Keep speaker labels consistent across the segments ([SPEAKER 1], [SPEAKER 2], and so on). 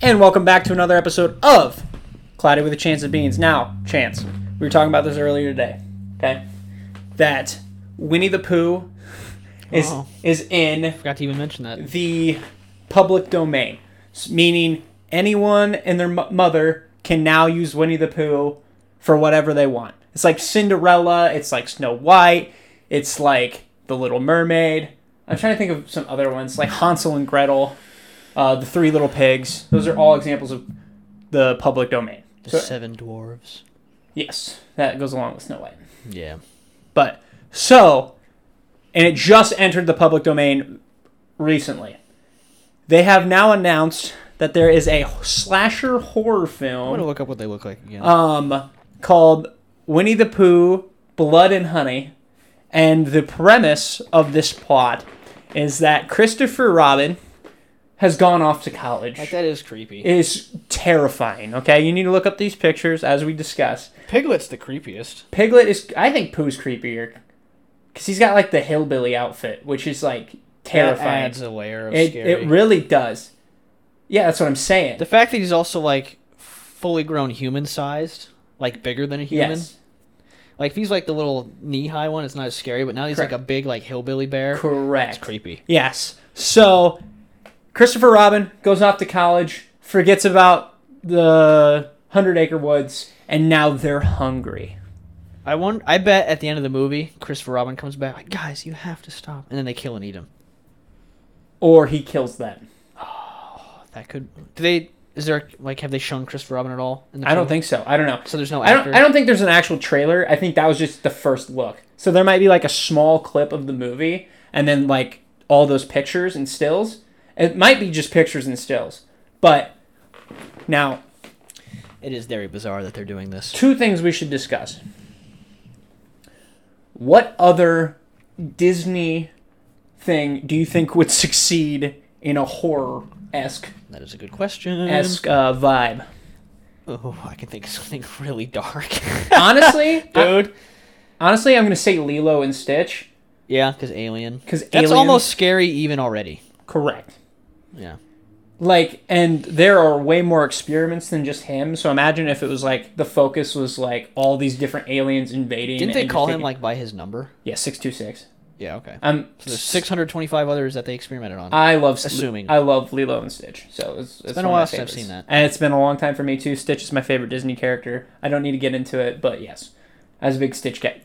[SPEAKER 1] And welcome back to another episode of Cloudy with a Chance of Beans. Now, Chance, we were talking about this earlier today, okay? That Winnie the Pooh is
[SPEAKER 2] Oh.
[SPEAKER 1] is in
[SPEAKER 2] Forgot to even mention that.
[SPEAKER 1] the public domain, S- meaning anyone and their mo- mother can now use Winnie the Pooh for whatever they want. It's like Cinderella, it's like Snow White, it's like The Little Mermaid. I'm trying to think of some other ones like Hansel and Gretel, uh, The Three Little Pigs. Those are all examples of the public domain.
[SPEAKER 2] The
[SPEAKER 1] So-
[SPEAKER 2] Seven Dwarves.
[SPEAKER 1] yes, that goes along with Snow White.
[SPEAKER 2] Yeah.
[SPEAKER 1] But so, and it just entered the public domain recently. They have now announced that there is a slasher horror
[SPEAKER 2] I'm gonna
[SPEAKER 1] film
[SPEAKER 2] look up what they look like again.
[SPEAKER 1] um, called Winnie the Pooh Blood and Honey. And the premise of this plot is that Christopher Robin has gone off to college.
[SPEAKER 2] like that is creepy.
[SPEAKER 1] Is terrifying, okay? You need to look up these pictures as we discuss.
[SPEAKER 2] Piglet's the creepiest.
[SPEAKER 1] Piglet is. I think Pooh's creepier because he's got like the hillbilly outfit, which is like
[SPEAKER 2] That
[SPEAKER 1] terrifying.
[SPEAKER 2] adds a layer of
[SPEAKER 1] It,
[SPEAKER 2] scary.
[SPEAKER 1] it really does. Yeah, that's what I'm saying.
[SPEAKER 2] the fact that he's also like fully grown human sized, like bigger than a human.
[SPEAKER 1] Yes,
[SPEAKER 2] Like if he's like the little knee high one, it's not as scary. But now he's like
[SPEAKER 1] Correct.
[SPEAKER 2] a big like hillbilly bear. It's
[SPEAKER 1] correct.
[SPEAKER 2] creepy.
[SPEAKER 1] Yes. So Christopher Robin goes off to college, forgets about the Hundred Acre Woods, and now they're hungry.
[SPEAKER 2] I won. I bet at the end of the movie, Christopher Robin comes back like, guys, you have to stop, and then they kill and eat him.
[SPEAKER 1] Or he kills them.
[SPEAKER 2] That could. Do they? Is there like have they shown Christopher Robin at all? In the
[SPEAKER 1] I don't
[SPEAKER 2] trailer?
[SPEAKER 1] think so. I don't know.
[SPEAKER 2] so. There's no.
[SPEAKER 1] I don't,
[SPEAKER 2] actor.
[SPEAKER 1] I don't think there's an actual trailer. I think that was just the first look. So there might be like a small clip of the movie and then like all those pictures and stills. It might be just pictures and stills. But now,
[SPEAKER 2] It is very bizarre that they're doing this.
[SPEAKER 1] two things we should discuss. What other Disney thing do you think would succeed in a horror esque
[SPEAKER 2] That is a good question.
[SPEAKER 1] esque uh, vibe?
[SPEAKER 2] oh, I can think of something really dark,
[SPEAKER 1] Honestly, I-
[SPEAKER 2] dude.
[SPEAKER 1] honestly, I'm gonna say Lilo and Stitch
[SPEAKER 2] Yeah, because Alien.
[SPEAKER 1] because
[SPEAKER 2] That's almost scary even already.
[SPEAKER 1] correct.
[SPEAKER 2] Yeah.
[SPEAKER 1] like and there are way more experiments than just him so imagine if it was like the focus was like all these different aliens invading
[SPEAKER 2] Didn't they
[SPEAKER 1] and
[SPEAKER 2] call
[SPEAKER 1] just
[SPEAKER 2] him
[SPEAKER 1] taking-
[SPEAKER 2] like by his number? Uh,
[SPEAKER 1] yeah 626
[SPEAKER 2] Yeah. Okay.
[SPEAKER 1] um
[SPEAKER 2] So there's 625 others that they experimented on.
[SPEAKER 1] i love
[SPEAKER 2] Assuming.
[SPEAKER 1] i love lilo and stitch so it's, it's
[SPEAKER 2] been
[SPEAKER 1] one
[SPEAKER 2] a
[SPEAKER 1] of my
[SPEAKER 2] while since I've
[SPEAKER 1] favorites.
[SPEAKER 2] seen that.
[SPEAKER 1] and it's been a long time for me too stitch is my favorite disney character i don't need to get into it but yes i was a big stitch cat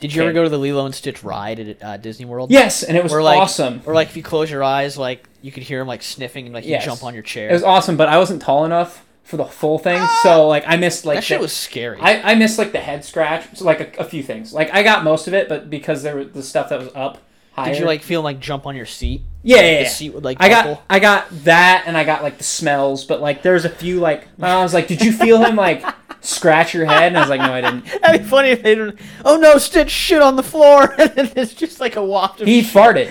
[SPEAKER 2] Did you ever
[SPEAKER 1] okay.
[SPEAKER 2] go to the Lilo and Stitch ride at uh, Disney World?
[SPEAKER 1] yes and it was
[SPEAKER 2] Or like,
[SPEAKER 1] awesome
[SPEAKER 2] Or like if you close your eyes, like you could hear him like sniffing and like
[SPEAKER 1] Yes.
[SPEAKER 2] you jump on your chair.
[SPEAKER 1] it was awesome but i wasn't tall enough for the full thing so like i missed like
[SPEAKER 2] Ah! that shit
[SPEAKER 1] the-
[SPEAKER 2] was scary.
[SPEAKER 1] I, I missed like the head scratch, so, like a, a few things. Like I got most of it, but because there was the stuff that was up higher.
[SPEAKER 2] Did you like feel him, like jump on your seat?
[SPEAKER 1] Yeah,
[SPEAKER 2] The
[SPEAKER 1] yeah, yeah.
[SPEAKER 2] seat would like
[SPEAKER 1] I
[SPEAKER 2] buckle?
[SPEAKER 1] got I got that, and I got like the smells, but like there's a few like my mom was like, "Did you feel him like scratch your head?" And I was like, "No, I didn't."
[SPEAKER 2] That'd be funny if they didn't. Oh no, Stitch shit on the floor, and then it's just like a waft of.
[SPEAKER 1] He
[SPEAKER 2] shit.
[SPEAKER 1] farted.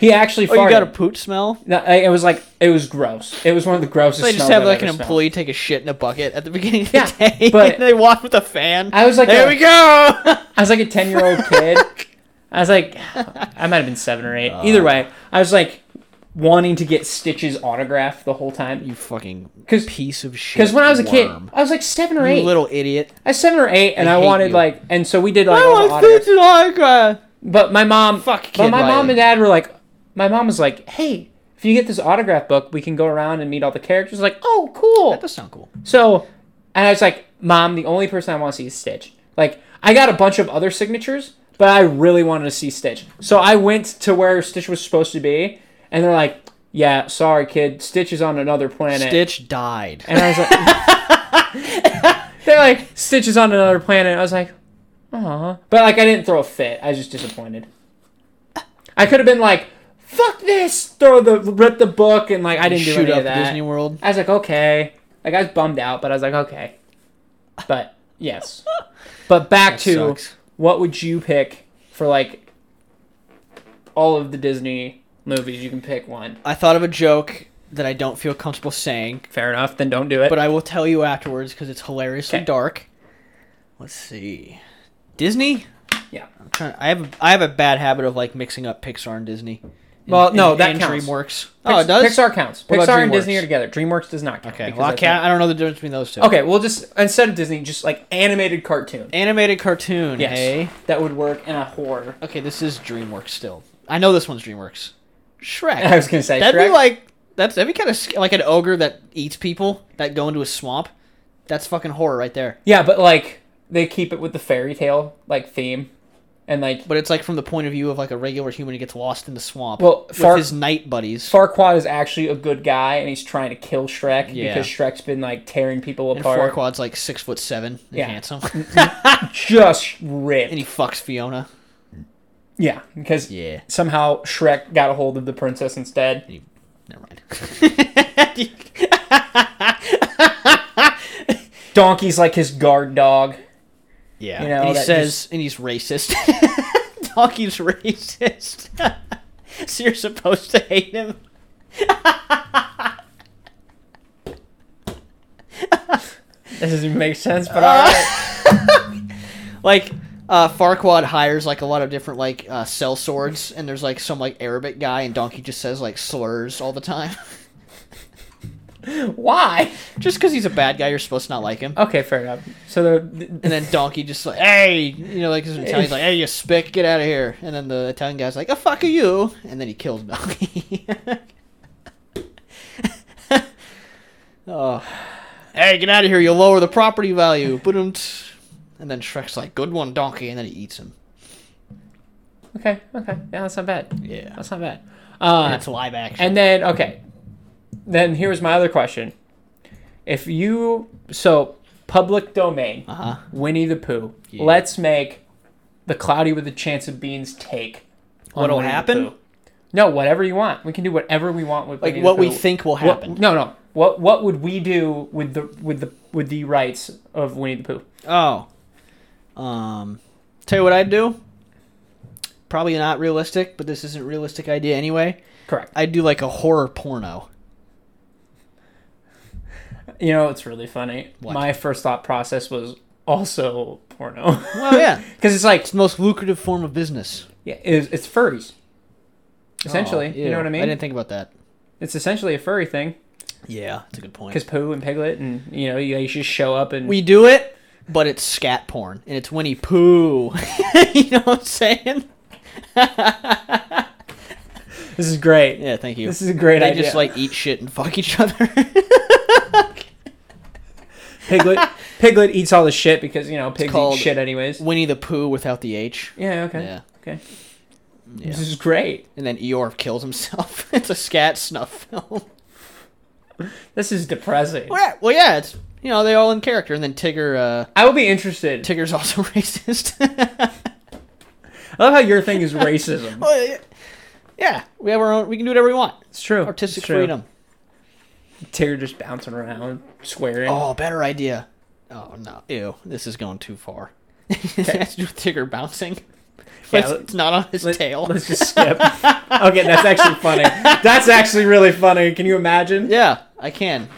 [SPEAKER 1] He actually
[SPEAKER 2] Oh,
[SPEAKER 1] farted.
[SPEAKER 2] you got a poot smell?
[SPEAKER 1] No, I- it was like it was gross. It was one of the grossest.
[SPEAKER 2] They just
[SPEAKER 1] smells
[SPEAKER 2] have
[SPEAKER 1] I've
[SPEAKER 2] like an
[SPEAKER 1] ever smelled.
[SPEAKER 2] employee take a shit in a bucket at the beginning of the
[SPEAKER 1] Yeah,
[SPEAKER 2] day,
[SPEAKER 1] but-
[SPEAKER 2] and they walk with a fan.
[SPEAKER 1] I was like,
[SPEAKER 2] there
[SPEAKER 1] a-
[SPEAKER 2] we go.
[SPEAKER 1] I was like a ten year old kid. I was like, I might have been seven or eight. Either way, I was like wanting to get Stitch's autograph the whole time.
[SPEAKER 2] you fucking
[SPEAKER 1] 'Cause-
[SPEAKER 2] piece of shit.
[SPEAKER 1] Because when I was a kid,
[SPEAKER 2] worm.
[SPEAKER 1] I was like seven or
[SPEAKER 2] you
[SPEAKER 1] eight.
[SPEAKER 2] little idiot.
[SPEAKER 1] I was seven or eight, and
[SPEAKER 2] I
[SPEAKER 1] I,
[SPEAKER 2] hate
[SPEAKER 1] wanted
[SPEAKER 2] you.
[SPEAKER 1] like, and so we did like all the autographs.
[SPEAKER 2] Stitch's autograph.
[SPEAKER 1] But my mom,
[SPEAKER 2] Fuck
[SPEAKER 1] but
[SPEAKER 2] Kid
[SPEAKER 1] my mom
[SPEAKER 2] Riley.
[SPEAKER 1] and dad were like, my mom was like, hey, if you get this autograph book, we can go around and meet all the characters. Like, oh,
[SPEAKER 2] That
[SPEAKER 1] cool.
[SPEAKER 2] does sound cool.
[SPEAKER 1] So, and I was like, mom, the only person I want to see is Stitch. Like, I got a bunch of other signatures, but I really wanted to see Stitch. So I went to where Stitch was supposed to be, and they're like, yeah, sorry, kid, Stitch is on another planet.
[SPEAKER 2] Stitch died.
[SPEAKER 1] And I was like, they're like stitches on another planet. I was like, uh But like, I didn't throw a fit. I was just disappointed. I could have been like, fuck this, throw the rip the book, and like I didn't do
[SPEAKER 2] Shoot
[SPEAKER 1] any
[SPEAKER 2] up
[SPEAKER 1] of that.
[SPEAKER 2] Disney World.
[SPEAKER 1] I was like, okay. Like I was bummed out, but I was like, okay. But yes. But back
[SPEAKER 2] That
[SPEAKER 1] to
[SPEAKER 2] sucks.
[SPEAKER 1] what would you pick for like all of the Disney movies? You can pick one.
[SPEAKER 2] I thought of a joke that I don't feel comfortable saying,
[SPEAKER 1] Fair enough. Then don't do it.
[SPEAKER 2] but I will tell you afterwards because it's hilariously
[SPEAKER 1] Okay.
[SPEAKER 2] dark. Let's see. Disney?
[SPEAKER 1] Yeah.
[SPEAKER 2] I'm trying, I have I have a bad habit of like mixing up Pixar and Disney.
[SPEAKER 1] Well, no,
[SPEAKER 2] and-
[SPEAKER 1] that
[SPEAKER 2] and
[SPEAKER 1] counts.
[SPEAKER 2] DreamWorks. Oh, it does.
[SPEAKER 1] Pixar counts.
[SPEAKER 2] What about
[SPEAKER 1] Pixar and
[SPEAKER 2] DreamWorks?
[SPEAKER 1] Disney are together. DreamWorks does not count.
[SPEAKER 2] Okay,
[SPEAKER 1] because
[SPEAKER 2] well, I
[SPEAKER 1] that's
[SPEAKER 2] can't. I don't know the difference between those two.
[SPEAKER 1] not- Okay, we'll just instead of Disney, just like animated cartoon.
[SPEAKER 2] Animated cartoon.
[SPEAKER 1] Yes,
[SPEAKER 2] Hey.
[SPEAKER 1] that would work in a horror.
[SPEAKER 2] Okay, this is DreamWorks still. I know this one's DreamWorks. Shrek.
[SPEAKER 1] I was gonna say
[SPEAKER 2] that'd be
[SPEAKER 1] Shrek.
[SPEAKER 2] like that's that'd be kind of like an ogre that eats people that go into a swamp. That's fucking horror right there.
[SPEAKER 1] Yeah, but like they keep it with the fairy tale like theme, and like
[SPEAKER 2] But it's like from the point of view of like a regular human who gets lost in the swamp
[SPEAKER 1] Well,
[SPEAKER 2] with
[SPEAKER 1] Far-
[SPEAKER 2] his night buddies.
[SPEAKER 1] Farquaad is actually a good guy, and he's trying to kill Shrek
[SPEAKER 2] Yeah.
[SPEAKER 1] because Shrek's been like tearing people
[SPEAKER 2] and
[SPEAKER 1] apart.
[SPEAKER 2] Farquaad's like six foot seven and
[SPEAKER 1] Yeah.
[SPEAKER 2] handsome,
[SPEAKER 1] Just
[SPEAKER 2] and
[SPEAKER 1] ripped.
[SPEAKER 2] he fucks Fiona.
[SPEAKER 1] Yeah, because
[SPEAKER 2] Yeah.
[SPEAKER 1] somehow Shrek got a hold of the princess instead.
[SPEAKER 2] And he, never mind.
[SPEAKER 1] Donkey's like his guard dog.
[SPEAKER 2] yeah,
[SPEAKER 1] You know,
[SPEAKER 2] and he
[SPEAKER 1] that
[SPEAKER 2] says, and he's racist. Donkey's racist. so you're supposed to hate him.
[SPEAKER 1] That doesn't even make sense, but alright.
[SPEAKER 2] like uh, Farquad hires like a lot of different like uh, cell swords, and there's like some like Arabic guy, and Donkey just says like slurs all the time,
[SPEAKER 1] Why?
[SPEAKER 2] just because he's a bad guy. You're supposed to not like him.
[SPEAKER 1] Okay, fair enough. So the
[SPEAKER 2] And then Donkey just like, hey, you know, like his Italian's like, hey, you spick, get out of here. And then the Italian guy's like, the fuck are you? And then he kills Donkey. oh, hey, get out of here! You'll lower the property value. But and then Shrek's like, good one, Donkey, and then he eats him.
[SPEAKER 1] okay, okay, yeah, that's not bad.
[SPEAKER 2] Yeah,
[SPEAKER 1] That's not bad. Uh,
[SPEAKER 2] that's live action.
[SPEAKER 1] And then okay, then here's my other question: If you so public domain
[SPEAKER 2] Uh huh.
[SPEAKER 1] Winnie the Pooh,
[SPEAKER 2] Yeah.
[SPEAKER 1] let's make the Cloudy with a Chance of Beans take. on
[SPEAKER 2] What'll
[SPEAKER 1] Winnie the
[SPEAKER 2] happen?
[SPEAKER 1] Pooh. No, whatever you want. We can do whatever we want with
[SPEAKER 2] Like
[SPEAKER 1] Winnie the
[SPEAKER 2] what we
[SPEAKER 1] Pooh.
[SPEAKER 2] think will
[SPEAKER 1] What-
[SPEAKER 2] happen.
[SPEAKER 1] no, no. What what would we do with the with the with the rights of Winnie the Pooh?
[SPEAKER 2] Oh. Um. Tell you what I'd do. Probably not realistic, but this isn't a realistic idea anyway.
[SPEAKER 1] Correct.
[SPEAKER 2] I'd do like a horror porno.
[SPEAKER 1] You know, it's really funny.
[SPEAKER 2] What?
[SPEAKER 1] My first thought process was also porno.
[SPEAKER 2] Well, yeah.
[SPEAKER 1] because it's like
[SPEAKER 2] It's the most lucrative form of business.
[SPEAKER 1] yeah, it's, it's furries. Essentially,
[SPEAKER 2] Oh,
[SPEAKER 1] you
[SPEAKER 2] ew.
[SPEAKER 1] know what I mean.
[SPEAKER 2] I didn't think about that.
[SPEAKER 1] It's essentially a furry thing
[SPEAKER 2] Yeah, that's a good point.
[SPEAKER 1] because Pooh and Piglet, and you know, you, you just show up and
[SPEAKER 2] We do it, but it's scat porn, and it's Winnie Pooh. you know what I'm saying?
[SPEAKER 1] this is great.
[SPEAKER 2] Yeah, thank you.
[SPEAKER 1] This is a great
[SPEAKER 2] they
[SPEAKER 1] idea.
[SPEAKER 2] just like eat shit and fuck each other.
[SPEAKER 1] Piglet. Piglet eats all the shit because you know pigs
[SPEAKER 2] called-
[SPEAKER 1] eat shit anyways.
[SPEAKER 2] Winnie the Pooh without the H.
[SPEAKER 1] Yeah. Okay.
[SPEAKER 2] Yeah.
[SPEAKER 1] Okay.
[SPEAKER 2] Yeah.
[SPEAKER 1] This is great.
[SPEAKER 2] And then Eeyore kills himself. it's a scat snuff film.
[SPEAKER 1] This is depressing.
[SPEAKER 2] Well, yeah, well, yeah, it's you know they all in character, and then Tigger. Uh,
[SPEAKER 1] I would be interested.
[SPEAKER 2] Tigger's also racist.
[SPEAKER 1] I love how your thing is racism.
[SPEAKER 2] Well, yeah. yeah, we have our own. We can do whatever we want.
[SPEAKER 1] It's true.
[SPEAKER 2] Artistic
[SPEAKER 1] It's true.
[SPEAKER 2] freedom.
[SPEAKER 1] Tear just bouncing around, swearing.
[SPEAKER 2] Oh, better idea. Oh no, ew, this is going too far. it has to do with Tigger bouncing.
[SPEAKER 1] Yeah,
[SPEAKER 2] it's,
[SPEAKER 1] let-
[SPEAKER 2] it's not on his
[SPEAKER 1] Let-
[SPEAKER 2] tail.
[SPEAKER 1] Let's just skip. okay, that's actually funny. That's actually really funny. Can you imagine?
[SPEAKER 2] Yeah, I can.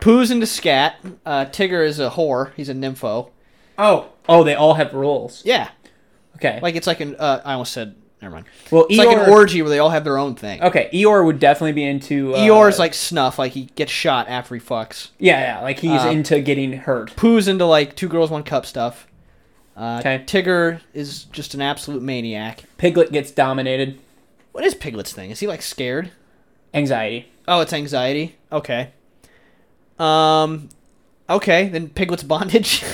[SPEAKER 2] Pooh's into scat. Uh, Tigger is a whore. He's a nympho.
[SPEAKER 1] Oh, oh, they all have rules.
[SPEAKER 2] Yeah,
[SPEAKER 1] Okay.
[SPEAKER 2] like it's like an. Uh, I almost said. Never mind.
[SPEAKER 1] well,
[SPEAKER 2] It's like an orgy where they all have their own thing.
[SPEAKER 1] Okay, Eeyore would definitely be into. Uh,
[SPEAKER 2] Eeyore's like snuff, like he gets shot after he fucks.
[SPEAKER 1] Yeah, yeah, like he's
[SPEAKER 2] Uh,
[SPEAKER 1] into getting hurt.
[SPEAKER 2] Pooh's into like two girls, one cup stuff. Uh,
[SPEAKER 1] 'Kay.
[SPEAKER 2] Tigger is just an absolute maniac.
[SPEAKER 1] Piglet gets dominated.
[SPEAKER 2] What is Piglet's thing? Is he like scared?
[SPEAKER 1] Anxiety.
[SPEAKER 2] Oh, it's anxiety. Okay. Um, okay. Then Piglet's bondage.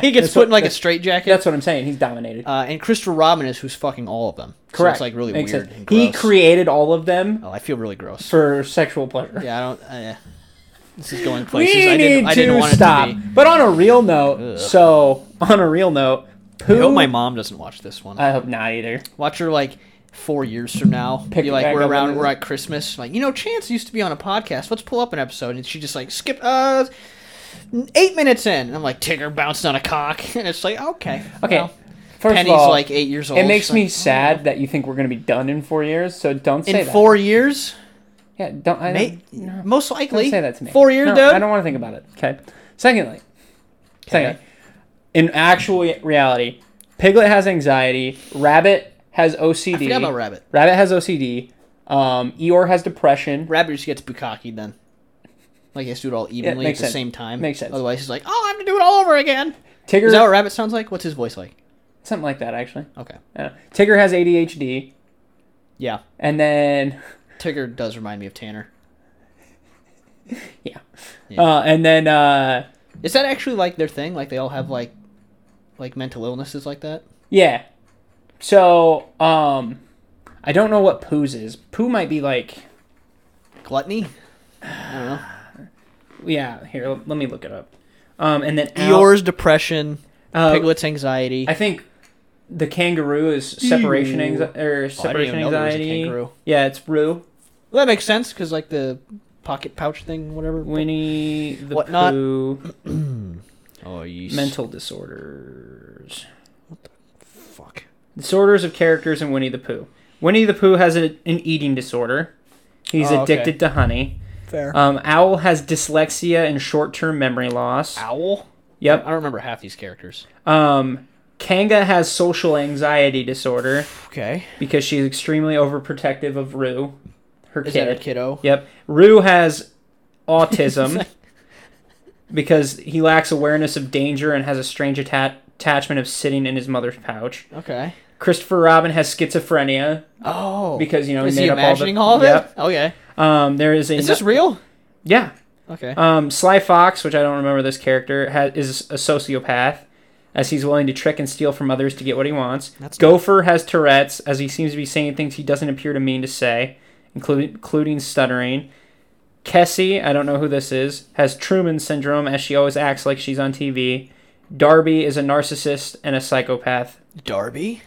[SPEAKER 2] he gets
[SPEAKER 1] that's
[SPEAKER 2] put
[SPEAKER 1] what-
[SPEAKER 2] in like a
[SPEAKER 1] that's-
[SPEAKER 2] straitjacket.
[SPEAKER 1] That's what I'm saying. He's dominated.
[SPEAKER 2] uh, and Christopher Robin is who's fucking all of them. So
[SPEAKER 1] Correct.
[SPEAKER 2] it's like really
[SPEAKER 1] Makes
[SPEAKER 2] weird.
[SPEAKER 1] sense.
[SPEAKER 2] And
[SPEAKER 1] He
[SPEAKER 2] gross.
[SPEAKER 1] created all of them
[SPEAKER 2] Oh, I feel really gross.
[SPEAKER 1] for sexual pleasure.
[SPEAKER 2] yeah, I don't. Uh, this is going
[SPEAKER 1] We
[SPEAKER 2] places
[SPEAKER 1] need
[SPEAKER 2] I didn't.
[SPEAKER 1] to
[SPEAKER 2] I didn't want
[SPEAKER 1] stop.
[SPEAKER 2] it to be.
[SPEAKER 1] But on a real note,
[SPEAKER 2] Ugh.
[SPEAKER 1] so on a real note,
[SPEAKER 2] I
[SPEAKER 1] Pooh.
[SPEAKER 2] hope my mom doesn't watch this one.
[SPEAKER 1] I hope not either.
[SPEAKER 2] Watch her like four years from now.
[SPEAKER 1] Pick
[SPEAKER 2] be
[SPEAKER 1] it
[SPEAKER 2] like
[SPEAKER 1] back
[SPEAKER 2] we're
[SPEAKER 1] up
[SPEAKER 2] around,
[SPEAKER 1] and-
[SPEAKER 2] we're at Christmas. Like you know, Chance used to be on a podcast. Let's pull up an episode, and she just like skip uh eight minutes in. And I'm like Tigger bounced on a cock, and it's like okay,
[SPEAKER 1] Okay.
[SPEAKER 2] well,
[SPEAKER 1] First
[SPEAKER 2] Penny's
[SPEAKER 1] of all,
[SPEAKER 2] like eight years old.
[SPEAKER 1] it makes
[SPEAKER 2] She's
[SPEAKER 1] me
[SPEAKER 2] like,
[SPEAKER 1] sad that you think we're gonna be done in four years. So don't say
[SPEAKER 2] in
[SPEAKER 1] that.
[SPEAKER 2] four years,
[SPEAKER 1] yeah, don't. I
[SPEAKER 2] may,
[SPEAKER 1] don't, no.
[SPEAKER 2] most
[SPEAKER 1] Don't
[SPEAKER 2] likely.
[SPEAKER 1] say that to me.
[SPEAKER 2] Four years,
[SPEAKER 1] no,
[SPEAKER 2] dude.
[SPEAKER 1] I don't want to think about it. Okay. Secondly, secondly, in actual reality, Piglet has anxiety. Rabbit has OCD.
[SPEAKER 2] Forget about Rabbit.
[SPEAKER 1] Rabbit has OCD. Um, Eeyore has depression.
[SPEAKER 2] Rabbit just gets bukkake then. Like he has to do it all evenly at
[SPEAKER 1] makes
[SPEAKER 2] the
[SPEAKER 1] sense.
[SPEAKER 2] same time.
[SPEAKER 1] Makes sense.
[SPEAKER 2] Otherwise, he's like, "Oh, I have to do it all over again."
[SPEAKER 1] Tigger,
[SPEAKER 2] Is that what Rabbit sounds like? What's his voice like?
[SPEAKER 1] something like that actually.
[SPEAKER 2] Okay.
[SPEAKER 1] Yeah. Tigger has ADHD,
[SPEAKER 2] Yeah,
[SPEAKER 1] and then
[SPEAKER 2] Tigger does remind me of Tanner.
[SPEAKER 1] yeah,
[SPEAKER 2] Yeah.
[SPEAKER 1] Uh, and then uh,
[SPEAKER 2] Is that actually like their thing? Like they all have like, like mental illnesses like that?
[SPEAKER 1] yeah. So um, I don't know what Pooh's is. Pooh might be like
[SPEAKER 2] Gluttony. I don't know.
[SPEAKER 1] yeah. Here, l- let me look it up. Um, and then Al-
[SPEAKER 2] Eeyore's depression.
[SPEAKER 1] uh,
[SPEAKER 2] Piglet's anxiety.
[SPEAKER 1] I think the kangaroo is separation
[SPEAKER 2] Ew. Oh,
[SPEAKER 1] anxiety or separation
[SPEAKER 2] know there was a
[SPEAKER 1] anxiety.
[SPEAKER 2] kangaroo.
[SPEAKER 1] Yeah, it's Roo.
[SPEAKER 2] Well, that makes sense because like the pocket pouch thing, whatever.
[SPEAKER 1] Winnie the
[SPEAKER 2] Whatnot.
[SPEAKER 1] Pooh
[SPEAKER 2] oh, you
[SPEAKER 1] mental disorders.
[SPEAKER 2] fuck.
[SPEAKER 1] Disorders of characters in Winnie the Pooh. Winnie the Pooh has a, an eating disorder. He's
[SPEAKER 2] Oh, okay.
[SPEAKER 1] addicted to honey.
[SPEAKER 2] Fair.
[SPEAKER 1] Um, Owl has dyslexia and short-term memory loss.
[SPEAKER 2] Owl. I
[SPEAKER 1] Yep.
[SPEAKER 2] don't remember half these characters.
[SPEAKER 1] Um, Kanga has social anxiety disorder
[SPEAKER 2] Okay.
[SPEAKER 1] because she's extremely overprotective of Roo, her
[SPEAKER 2] Is
[SPEAKER 1] kid.
[SPEAKER 2] that a kiddo?
[SPEAKER 1] Yep. Roo has autism because he lacks awareness of danger and has a strange atta- attachment of sitting in his mother's pouch.
[SPEAKER 2] Okay.
[SPEAKER 1] Christopher Robin has schizophrenia.
[SPEAKER 2] Oh.
[SPEAKER 1] because you know
[SPEAKER 2] is
[SPEAKER 1] he made
[SPEAKER 2] he
[SPEAKER 1] up
[SPEAKER 2] imagining all,
[SPEAKER 1] all, the,
[SPEAKER 2] of it? Okay.
[SPEAKER 1] Yep. Um, there is a
[SPEAKER 2] Is this real?
[SPEAKER 1] yeah.
[SPEAKER 2] Okay.
[SPEAKER 1] Um, Sly Fox, which I don't remember this character, ha- is a sociopath, as he's willing to trick and steal from others to get what he wants.
[SPEAKER 2] That's
[SPEAKER 1] Gopher has Tourette's, as he seems to be saying things he doesn't appear to mean to say, including, including stuttering. Kessie, I don't know who this is, has Truman syndrome, as she always acts like she's on TV. Darby is a narcissist and a psychopath.
[SPEAKER 2] Darby.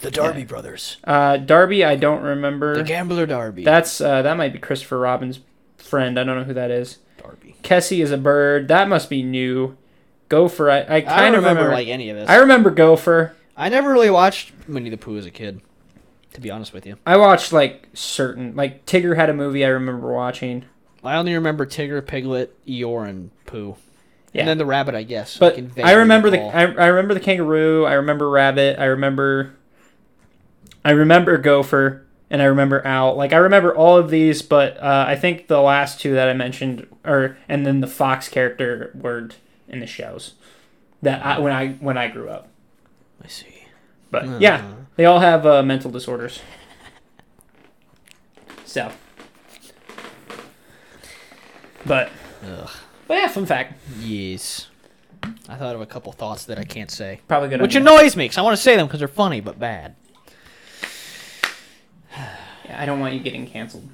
[SPEAKER 2] The Darby brothers.
[SPEAKER 1] Uh, Darby, I don't remember.
[SPEAKER 2] The gambler Darby.
[SPEAKER 1] That's uh, Er, that might be Christopher Robin's friend. I don't know who that is.
[SPEAKER 2] Darby.
[SPEAKER 1] Kessie is a bird. That must be new. Gopher. I, I
[SPEAKER 2] I
[SPEAKER 1] kind
[SPEAKER 2] don't
[SPEAKER 1] of
[SPEAKER 2] remember,
[SPEAKER 1] remember.
[SPEAKER 2] like any of this.
[SPEAKER 1] I
[SPEAKER 2] I,
[SPEAKER 1] remember Gopher.
[SPEAKER 2] never really watched Winnie the Pooh as a kid. To be honest with you,
[SPEAKER 1] I watched like certain like Tigger had a movie I remember watching.
[SPEAKER 2] I only remember Tigger, Piglet, Eeyore, and Pooh.
[SPEAKER 1] Yeah.
[SPEAKER 2] And then the rabbit, I guess.
[SPEAKER 1] But
[SPEAKER 2] can
[SPEAKER 1] I
[SPEAKER 2] vaguely
[SPEAKER 1] remember the
[SPEAKER 2] recall.
[SPEAKER 1] I, I remember the kangaroo. I remember rabbit. I remember I remember gopher and I remember owl. Like I remember all of these, but uh, I think the last two that I mentioned are and then the fox character word in the shows that I, when I when I grew up.
[SPEAKER 2] I see.
[SPEAKER 1] But yeah, they all have uh, mental disorders. So, but
[SPEAKER 2] Ugh.
[SPEAKER 1] but yeah, fun fact.
[SPEAKER 2] Yes. I thought of a couple thoughts that I can't say,
[SPEAKER 1] Probably good.
[SPEAKER 2] which
[SPEAKER 1] on
[SPEAKER 2] annoys me because I want to say them because they're funny but bad.
[SPEAKER 1] Yeah, I don't want you getting canceled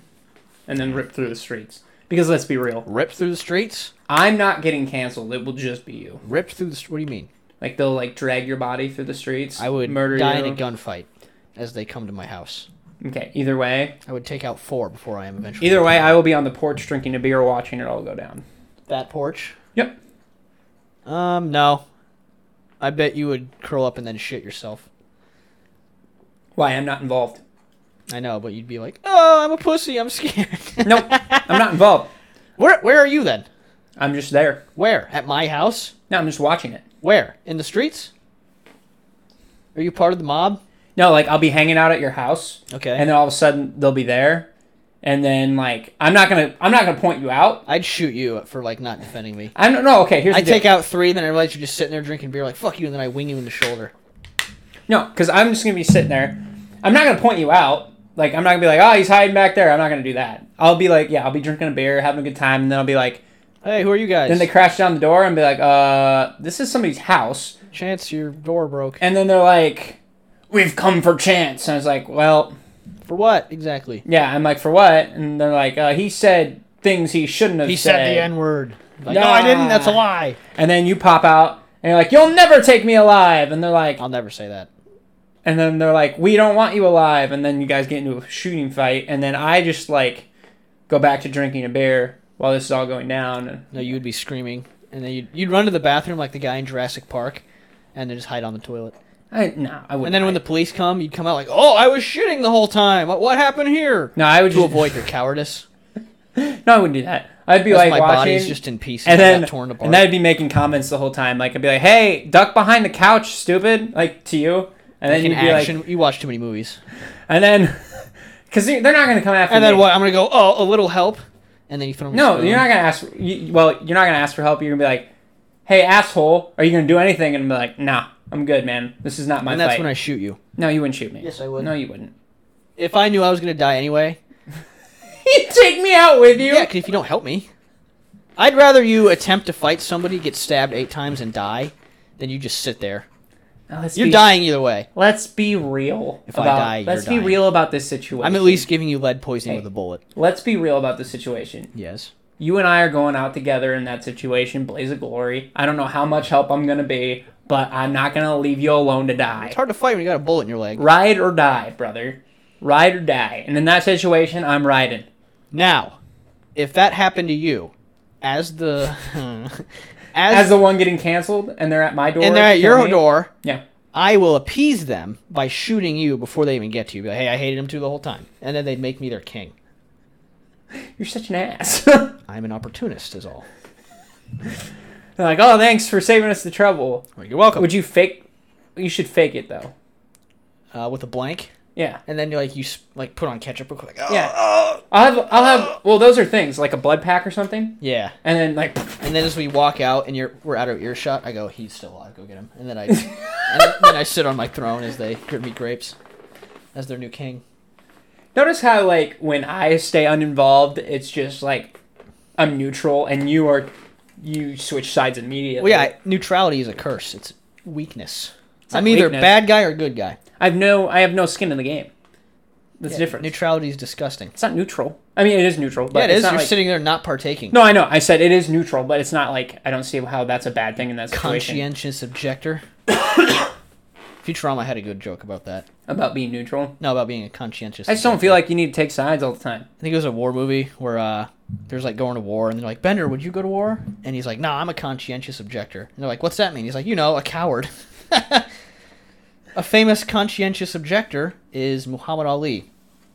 [SPEAKER 1] and then ripped through the streets. Because let's be real,
[SPEAKER 2] Rip through the streets.
[SPEAKER 1] I'm not getting canceled. It will just be you.
[SPEAKER 2] Rip through the. str- What do you mean?
[SPEAKER 1] Like they'll like drag your body through the streets.
[SPEAKER 2] I would
[SPEAKER 1] murder
[SPEAKER 2] die
[SPEAKER 1] you.
[SPEAKER 2] in a gunfight as they come to my house.
[SPEAKER 1] Okay. Either way,
[SPEAKER 2] I would take out four before I am eventually.
[SPEAKER 1] either way, I will be on the porch drinking a beer, watching it all go down.
[SPEAKER 2] that porch.
[SPEAKER 1] Yep.
[SPEAKER 2] Um, no. I bet you would curl up and then shit yourself.
[SPEAKER 1] Why? I'm not involved.
[SPEAKER 2] I know, but you'd be like, "Oh, I'm a pussy. I'm scared."
[SPEAKER 1] Nope. I'm not involved.
[SPEAKER 2] where Where are you then?
[SPEAKER 1] I'm just there.
[SPEAKER 2] Where? At my house?
[SPEAKER 1] No, I'm just watching it.
[SPEAKER 2] Where? In the streets? Are you part of the mob?
[SPEAKER 1] No, like I'll be hanging out at your house,
[SPEAKER 2] Okay.
[SPEAKER 1] and then all of a sudden they'll be there, and then like I'm not gonna I'm not gonna point you out.
[SPEAKER 2] I'd shoot you for like not defending me.
[SPEAKER 1] I don't know. Okay, here's
[SPEAKER 2] I
[SPEAKER 1] the
[SPEAKER 2] take
[SPEAKER 1] deal.
[SPEAKER 2] out three, then I realize you're just sitting there drinking beer, like "fuck you," and then I wing you in the shoulder.
[SPEAKER 1] No, because I'm just gonna be sitting there. I'm not gonna point you out. Like I'm not gonna be like, oh, he's hiding back there. I'm not gonna do that. I'll be like, yeah, I'll be drinking a beer, having a good time, and then I'll be like,
[SPEAKER 2] Hey, who are you guys?
[SPEAKER 1] then they crash down the door and be like, uh, this is somebody's house,
[SPEAKER 2] Chance, your door broke.
[SPEAKER 1] and then they're like, we've come for chance, and I was like, well,
[SPEAKER 2] For what exactly?
[SPEAKER 1] yeah, I'm like, for what? And they're like, uh, he said things he shouldn't have said.
[SPEAKER 2] word. Like,
[SPEAKER 1] Nah.
[SPEAKER 2] no, I didn't. That's a lie.
[SPEAKER 1] and then you pop out and you're like you'll never take me alive and they're like
[SPEAKER 2] I'll never say that.
[SPEAKER 1] and then they're like we don't want you alive and then you guys get into a shooting fight and then i just like go back to drinking a beer while this is all going down and
[SPEAKER 2] No, you would be screaming, and then you'd, you'd run to the bathroom like the guy in Jurassic Park, and then just hide on the toilet.
[SPEAKER 1] i no i wouldn't
[SPEAKER 2] And then when the police come, you'd come out like, "Oh, I was shitting the whole time. What, what happened here?"
[SPEAKER 1] no i would
[SPEAKER 2] To
[SPEAKER 1] just,
[SPEAKER 2] avoid your cowardice,
[SPEAKER 1] no i wouldn't do that i'd be
[SPEAKER 2] 'Cause
[SPEAKER 1] like
[SPEAKER 2] my
[SPEAKER 1] watching
[SPEAKER 2] body's just in pieces,
[SPEAKER 1] and
[SPEAKER 2] I
[SPEAKER 1] then
[SPEAKER 2] got torn apart.
[SPEAKER 1] and i'd be making comments the whole time like i'd be like hey duck behind the couch stupid like to you and then
[SPEAKER 2] Like in
[SPEAKER 1] you'd be like
[SPEAKER 2] action, you watch too many movies.
[SPEAKER 1] and then because they're not going to come after.
[SPEAKER 2] And
[SPEAKER 1] me.
[SPEAKER 2] then what? I'm gonna go. Oh, a little help. And then you throw. 'em a
[SPEAKER 1] No,
[SPEAKER 2] spoon.
[SPEAKER 1] you're not gonna ask. You, well, you're not gonna ask for help. You're gonna be like, "Hey, asshole, are you gonna do anything?" And I'm like, "Nah, I'm good, man. This is not my
[SPEAKER 2] And that's
[SPEAKER 1] fight."
[SPEAKER 2] when I shoot you.
[SPEAKER 1] no, you wouldn't shoot me.
[SPEAKER 2] Yes, I would.
[SPEAKER 1] No, you wouldn't.
[SPEAKER 2] If I knew I was gonna die anyway.
[SPEAKER 1] you take me out with you.
[SPEAKER 2] Yeah, 'cause if you don't help me, I'd rather you attempt to fight somebody, get stabbed eight times, and die, than you just sit there.
[SPEAKER 1] Now, let's
[SPEAKER 2] You're
[SPEAKER 1] be,
[SPEAKER 2] dying either way.
[SPEAKER 1] Let's be real.
[SPEAKER 2] If I
[SPEAKER 1] about,
[SPEAKER 2] die,
[SPEAKER 1] let's
[SPEAKER 2] you're
[SPEAKER 1] be
[SPEAKER 2] dying.
[SPEAKER 1] real about this situation.
[SPEAKER 2] I'm at least giving you lead poisoning
[SPEAKER 1] Hey.
[SPEAKER 2] with a bullet.
[SPEAKER 1] Let's be real about this situation.
[SPEAKER 2] Yes.
[SPEAKER 1] You and I are going out together in that situation, blaze of glory. I don't know how much help I'm gonna be, but I'm not gonna leave you alone to die.
[SPEAKER 2] It's hard to fight when you got a bullet in your leg.
[SPEAKER 1] Ride or die, brother. Ride or die. And in that situation, I'm riding.
[SPEAKER 2] Now, if that happened to you, as the as,
[SPEAKER 1] as the one getting canceled, and they're at my door.
[SPEAKER 2] and they're at
[SPEAKER 1] kill
[SPEAKER 2] your
[SPEAKER 1] me?
[SPEAKER 2] door,
[SPEAKER 1] Yeah,
[SPEAKER 2] I will appease them by shooting you before they even get to you. Be like, hey, I hated him too the whole time, and then they'd make me their king.
[SPEAKER 1] you're such an ass. they're
[SPEAKER 2] I'm an opportunist, is all.
[SPEAKER 1] like, oh, thanks for saving us the trouble.
[SPEAKER 2] Well, you're welcome.
[SPEAKER 1] Would you fake? You should fake it though.
[SPEAKER 2] uh, with a blank,
[SPEAKER 1] Yeah,
[SPEAKER 2] and then you like you s- like put on ketchup real quick. Like, oh,
[SPEAKER 1] Yeah. I'll have. I'll have. Well, those are things like a blood pack or something,
[SPEAKER 2] yeah.
[SPEAKER 1] and then like,
[SPEAKER 2] And then as we walk out and you're we're out of earshot, I go, he's still alive. Go get him. And then I and then I sit on my throne as they give me grapes as their new king.
[SPEAKER 1] notice how like when I stay uninvolved, it's just like I'm neutral, and you are, you switch sides immediately.
[SPEAKER 2] Well, yeah, neutrality is a curse. It's weakness.
[SPEAKER 1] not
[SPEAKER 2] I'm either
[SPEAKER 1] weakness.
[SPEAKER 2] bad guy or good guy.
[SPEAKER 1] I have no. I have no skin in the game. That's
[SPEAKER 2] Yeah,
[SPEAKER 1] different.
[SPEAKER 2] Neutrality is disgusting.
[SPEAKER 1] it's not neutral. I mean, it is neutral, but
[SPEAKER 2] yeah, it
[SPEAKER 1] it's
[SPEAKER 2] is.
[SPEAKER 1] not
[SPEAKER 2] You're
[SPEAKER 1] like-
[SPEAKER 2] sitting there not partaking.
[SPEAKER 1] No, I know. I said it is neutral, but it's not like I don't see how that's a bad thing in that situation
[SPEAKER 2] Conscientious objector. Futurama had a good joke about that.
[SPEAKER 1] about being neutral.
[SPEAKER 2] No, about being a conscientious.
[SPEAKER 1] I just don't feel like you need to take sides all the time.
[SPEAKER 2] I think it was a war movie where uh, there's like going to war, and they're like, Bender, would you go to war? And he's like, Nah, I'm a conscientious objector. And they're like, What's that mean? He's like, You know, a coward. a famous conscientious objector is Muhammad Ali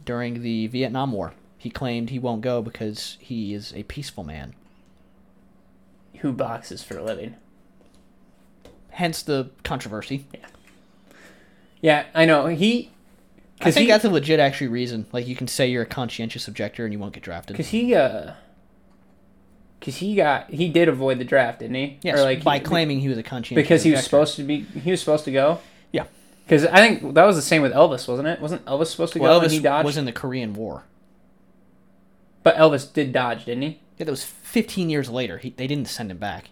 [SPEAKER 2] during the Vietnam War. He claimed he won't go because he is a peaceful man.
[SPEAKER 1] Who boxes for a living?
[SPEAKER 2] Hence the controversy.
[SPEAKER 1] Yeah, I know. He
[SPEAKER 2] I
[SPEAKER 1] 'Cause
[SPEAKER 2] think
[SPEAKER 1] he-
[SPEAKER 2] that's a legit actually reason. Like you can say you're a conscientious objector and you won't get drafted.
[SPEAKER 1] cuz he uh cuz he got he did avoid the draft, didn't he?
[SPEAKER 2] Yes,
[SPEAKER 1] he-
[SPEAKER 2] by claiming he was a conscientious
[SPEAKER 1] because he was
[SPEAKER 2] objector.
[SPEAKER 1] supposed to be he was supposed to go.
[SPEAKER 2] Yeah.
[SPEAKER 1] Cuz I think that was the same with Elvis, wasn't it? Wasn't Elvis supposed to go
[SPEAKER 2] Well,
[SPEAKER 1] and he
[SPEAKER 2] Elvis
[SPEAKER 1] dodged?
[SPEAKER 2] was in the Korean War.
[SPEAKER 1] But Elvis did dodge, didn't he?
[SPEAKER 2] Yeah, that was 15 years later. He, they didn't send him back.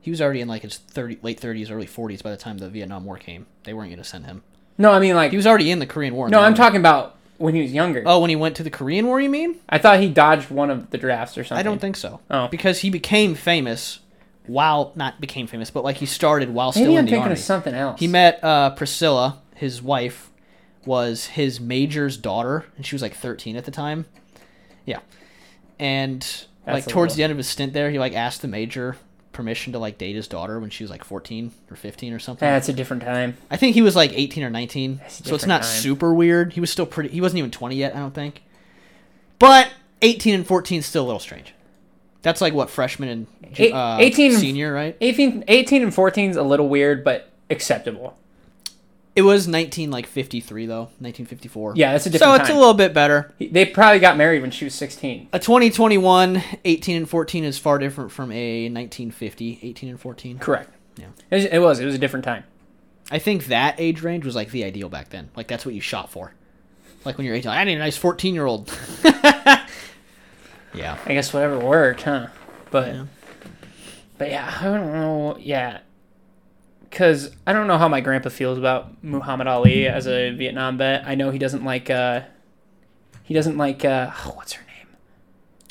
[SPEAKER 2] He was already in like his 30, late 30s, early 40s by the time the Vietnam War came. They weren't going to send him.
[SPEAKER 1] No, I mean like
[SPEAKER 2] He was already in the Korean War. and
[SPEAKER 1] No,
[SPEAKER 2] they
[SPEAKER 1] I'm
[SPEAKER 2] weren't-
[SPEAKER 1] talking about when he was younger.
[SPEAKER 2] Oh, when he went to the Korean War, you mean?
[SPEAKER 1] I thought he dodged one of the drafts or something.
[SPEAKER 2] I don't think so.
[SPEAKER 1] Oh.
[SPEAKER 2] Because he became famous while not became famous, but like he started while still
[SPEAKER 1] Maybe
[SPEAKER 2] in
[SPEAKER 1] I'm
[SPEAKER 2] the
[SPEAKER 1] thinking
[SPEAKER 2] army.
[SPEAKER 1] of something else.
[SPEAKER 2] He met uh, Priscilla, his wife, was his major's daughter, and she was like 13 at the time. Yeah, and like
[SPEAKER 1] a
[SPEAKER 2] towards
[SPEAKER 1] little-
[SPEAKER 2] the end of his stint there, he like asked the major permission to like date his daughter when she was like 14 or 15 or something.
[SPEAKER 1] That's a different time.
[SPEAKER 2] I think he was like 18 or 19,
[SPEAKER 1] Eh. a
[SPEAKER 2] so it's
[SPEAKER 1] different
[SPEAKER 2] not
[SPEAKER 1] time.
[SPEAKER 2] super weird. He was still pretty. He wasn't even 20 yet, I don't think. But 18 and 14 is still a little strange. That's like what freshman and ju-
[SPEAKER 1] Eight-
[SPEAKER 2] uh,
[SPEAKER 1] 18 and-
[SPEAKER 2] senior, right?
[SPEAKER 1] 18, 18 and 14 is a little weird, but acceptable.
[SPEAKER 2] It was 19 like 53 though, 1954.
[SPEAKER 1] Yeah, that's a
[SPEAKER 2] so
[SPEAKER 1] different
[SPEAKER 2] it's a
[SPEAKER 1] time.
[SPEAKER 2] little bit better.
[SPEAKER 1] He- They probably got married when she was 16.
[SPEAKER 2] A 2021 18 and 14 is far different from a 1950 18 and 14.
[SPEAKER 1] Correct.
[SPEAKER 2] Yeah.
[SPEAKER 1] It was, it was. It was a different time.
[SPEAKER 2] I think that age range was like the ideal back then. Like that's what you shot for. Like when you're 18, I need a nice 14 year old. yeah.
[SPEAKER 1] I guess whatever worked, huh? But, but yeah, I don't know. Yeah. Because I don't know how my grandpa feels about Muhammad Ali as a Vietnam vet. I know he doesn't like, uh, he doesn't like, uh, what's her name?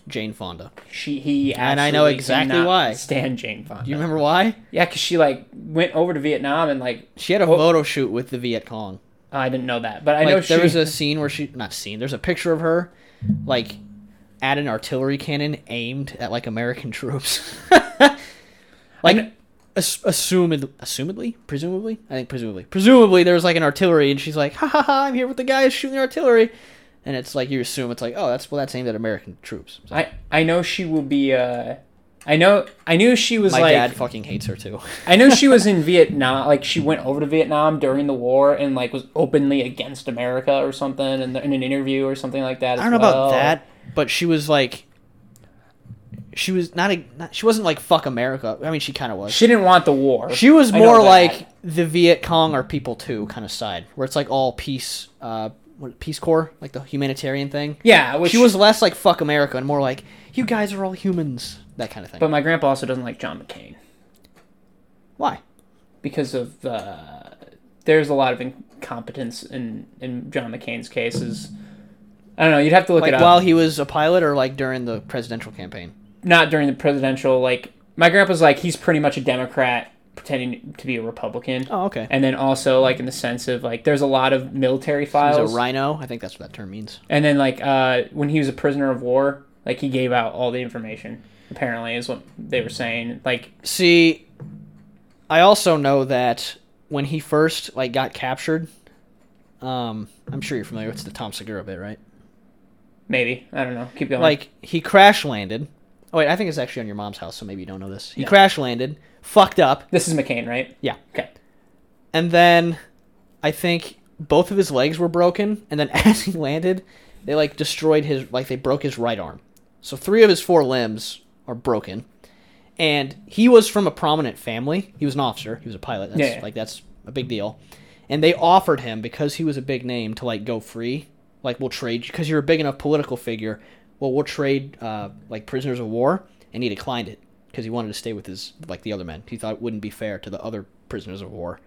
[SPEAKER 2] Jane Fonda.
[SPEAKER 1] She, he
[SPEAKER 2] And I know
[SPEAKER 1] absolutely
[SPEAKER 2] exactly
[SPEAKER 1] cannot
[SPEAKER 2] why.
[SPEAKER 1] Stan Jane Fonda.
[SPEAKER 2] Do you remember why?
[SPEAKER 1] Yeah, because she, like, went over to Vietnam and, like,
[SPEAKER 2] She had a
[SPEAKER 1] Well-
[SPEAKER 2] photo shoot with the Viet Cong.
[SPEAKER 1] I didn't know that, but I know
[SPEAKER 2] Like there
[SPEAKER 1] she,
[SPEAKER 2] was a scene where she not scene, there's a picture of her like at an artillery cannon aimed at like American troops. like
[SPEAKER 1] kn-
[SPEAKER 2] ass- assumed assumedly, presumably. I think presumably. Presumably there was like an artillery and she's like, "Ha ha ha, I'm here with the guy who's shooting the artillery." And it's like you assume it's like, "Oh, that's well that's aimed at American troops." So,
[SPEAKER 1] I I know she will be uh I know. I knew she was
[SPEAKER 2] My
[SPEAKER 1] like.
[SPEAKER 2] dad fucking hates her too.
[SPEAKER 1] I know she was in Vietnam. Like she went over to Vietnam during the war and like was openly against America or something, in, in an interview or something like that. as
[SPEAKER 2] I don't know about
[SPEAKER 1] well.
[SPEAKER 2] that, but she was like, she was not a, not, she wasn't like fuck America. I mean, she kind of was.
[SPEAKER 1] She didn't want the war.
[SPEAKER 2] She was
[SPEAKER 1] I know
[SPEAKER 2] more
[SPEAKER 1] that.
[SPEAKER 2] like the Viet Cong or People Too kind of side, where it's like all peace, uh, what, Peace Corps, like the humanitarian thing.
[SPEAKER 1] yeah. Which,
[SPEAKER 2] She was less like fuck America and more like you guys are all humans, that kind of thing.
[SPEAKER 1] But my grandpa also doesn't like John McCain
[SPEAKER 2] Why?
[SPEAKER 1] because of uh, there's a lot of incompetence in in John McCain's cases. I don't know. You'd have to look
[SPEAKER 2] Like
[SPEAKER 1] it up.
[SPEAKER 2] while he was a pilot or like during the presidential campaign?
[SPEAKER 1] Not during the presidential. Like my grandpa's like he's pretty much a Democrat pretending to be a Republican.
[SPEAKER 2] Oh, okay.
[SPEAKER 1] and then also like in the sense of like there's a lot of military
[SPEAKER 2] He's a
[SPEAKER 1] files
[SPEAKER 2] rhino. I think that's what that term means.
[SPEAKER 1] and then like uh when he was a prisoner of war like he gave out all the information apparently is what they were saying like
[SPEAKER 2] See, I also know that when he first like got captured, um, I'm sure you're familiar with the Tom Segura bit, right?
[SPEAKER 1] maybe i don't know keep going
[SPEAKER 2] Like he crash landed. Oh wait, I think it's actually on your mom's house, so maybe you don't know this. He
[SPEAKER 1] No.
[SPEAKER 2] crash landed, fucked up.
[SPEAKER 1] this is mccain right
[SPEAKER 2] Yeah.
[SPEAKER 1] okay
[SPEAKER 2] And then I think both of his legs were broken, and then as he landed, they like destroyed his like they broke his right arm. So three of his four limbs are broken. And he was from a prominent family. He was an officer, he was a pilot. That's
[SPEAKER 1] Yeah.
[SPEAKER 2] like that's a big deal. And they offered him because he was a big name to like go free. Like we'll trade because you're a big enough political figure. Well, we'll trade uh, like prisoners of war, and he declined it because he wanted to stay with his like the other men. He thought it wouldn't be fair to the other prisoners of war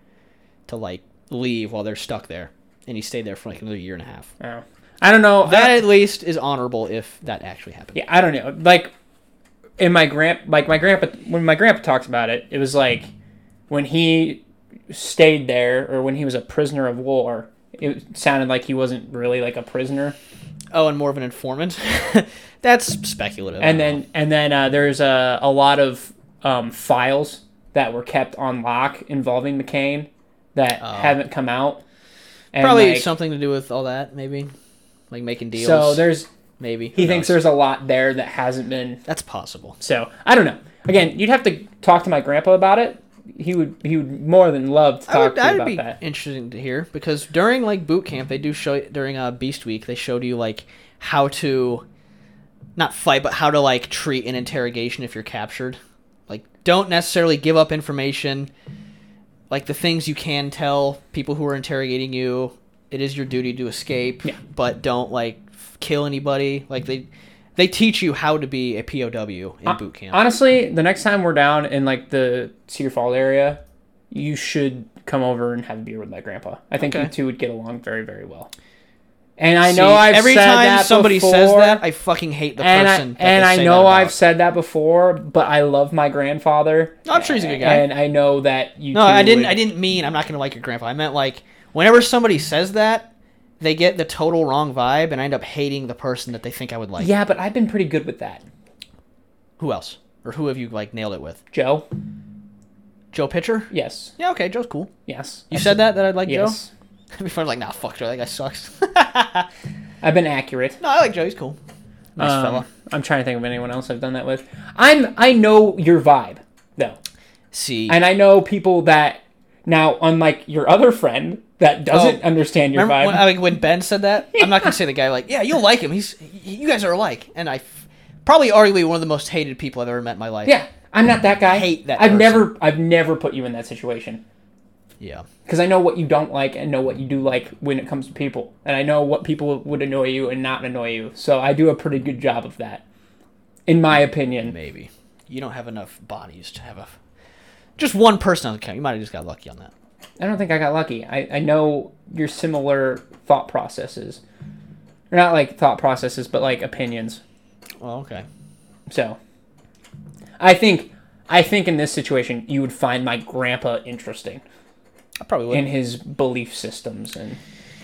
[SPEAKER 2] to like leave while they're stuck there, and he stayed there for like another year and a half.
[SPEAKER 1] oh. i don't know I
[SPEAKER 2] That
[SPEAKER 1] don't-
[SPEAKER 2] at least is honorable if that actually happened.
[SPEAKER 1] yeah i don't know like in my grand like my grandpa when my grandpa talks about it it was like when he stayed there or when he was a prisoner of war it sounded like he wasn't really like a prisoner
[SPEAKER 2] Oh, and more of an informant. That's speculative. I
[SPEAKER 1] and
[SPEAKER 2] don't know.
[SPEAKER 1] then and then uh, there's a a lot of um, files that were kept on lock involving McCain that haven't come out. And
[SPEAKER 2] Oh. probably
[SPEAKER 1] like,
[SPEAKER 2] something to do with all that, maybe, like making deals.
[SPEAKER 1] so there's
[SPEAKER 2] maybe
[SPEAKER 1] he
[SPEAKER 2] Who
[SPEAKER 1] thinks
[SPEAKER 2] knows?
[SPEAKER 1] there's a lot there that hasn't been.
[SPEAKER 2] that's possible.
[SPEAKER 1] So I don't know. Again, you'd have to talk to my grandpa about it. He would he would more than love to talk
[SPEAKER 2] I would,
[SPEAKER 1] to you
[SPEAKER 2] that'd
[SPEAKER 1] about
[SPEAKER 2] be
[SPEAKER 1] that.
[SPEAKER 2] interesting to hear because during like boot camp, they do show during uh, Beast Week, they showed you like how to not fight, but how to like treat an interrogation if you're captured. Like, don't necessarily give up information. Like the things you can tell people who are interrogating you, it is your duty to escape,
[SPEAKER 1] Yeah.
[SPEAKER 2] but don't like f- kill anybody. Like they, they teach you how to be a POW in boot camp.
[SPEAKER 1] Honestly, the next time we're down in like the Cedar Falls area, you should come over and have a beer with my grandpa. I think
[SPEAKER 2] Okay.
[SPEAKER 1] you two would get along very, very well. And I know
[SPEAKER 2] See,
[SPEAKER 1] I've
[SPEAKER 2] every
[SPEAKER 1] said
[SPEAKER 2] time
[SPEAKER 1] that
[SPEAKER 2] somebody
[SPEAKER 1] before,
[SPEAKER 2] says that, I fucking hate the
[SPEAKER 1] and
[SPEAKER 2] person.
[SPEAKER 1] I, and
[SPEAKER 2] that they
[SPEAKER 1] I
[SPEAKER 2] say
[SPEAKER 1] know
[SPEAKER 2] that
[SPEAKER 1] I've
[SPEAKER 2] about.
[SPEAKER 1] said that before, but I love my grandfather.
[SPEAKER 2] I'm sure he's a good guy.
[SPEAKER 1] and I know that you.
[SPEAKER 2] No,
[SPEAKER 1] two
[SPEAKER 2] I didn't.
[SPEAKER 1] would-
[SPEAKER 2] I didn't mean I'm not gonna like your grandpa. I meant like whenever somebody says that, they get the total wrong vibe, and I end up hating the person that they think I would like.
[SPEAKER 1] Yeah, but I've been pretty good with that,
[SPEAKER 2] Who else? Or who have you like nailed it with?
[SPEAKER 1] Joe.
[SPEAKER 2] Joe Pitcher?
[SPEAKER 1] Yes,
[SPEAKER 2] Yeah, okay, Joe's cool.
[SPEAKER 1] yes.
[SPEAKER 2] You said that that I'd like
[SPEAKER 1] yes.
[SPEAKER 2] Joe. Before I was like, nah, fuck Joe, that guy sucks. no, I
[SPEAKER 1] I've been accurate.
[SPEAKER 2] like Joe. He's cool. Nice
[SPEAKER 1] Um,
[SPEAKER 2] fella.
[SPEAKER 1] I'm trying to think of anyone else I've done that with. I'm I know your vibe though,
[SPEAKER 2] See,
[SPEAKER 1] and I know people that now, unlike your other friend that doesn't
[SPEAKER 2] Oh,
[SPEAKER 1] understand your
[SPEAKER 2] remember
[SPEAKER 1] vibe.
[SPEAKER 2] when, I, like, when Ben said that? I'm not gonna say the guy like, yeah, you'll like him. He's you guys are alike, and I f- probably arguably one of the most hated people I've ever met in my life.
[SPEAKER 1] yeah, I'm not that guy.
[SPEAKER 2] hate that
[SPEAKER 1] I've
[SPEAKER 2] person.
[SPEAKER 1] never I've never put you in that situation
[SPEAKER 2] Yeah.
[SPEAKER 1] because I know what you don't like and know what you do like when it comes to people, and I know what people would annoy you and not annoy you. So I do a pretty good job of that, in my opinion.
[SPEAKER 2] Maybe. You don't have enough bodies to have a. Just one person on the count. You might have just got lucky on that.
[SPEAKER 1] I don't think I got lucky. I, I know your similar thought processes. Or not like thought processes, but like opinions.
[SPEAKER 2] Well, okay.
[SPEAKER 1] So I think I think in this situation you would find my grandpa interesting
[SPEAKER 2] I probably would.
[SPEAKER 1] in his belief systems and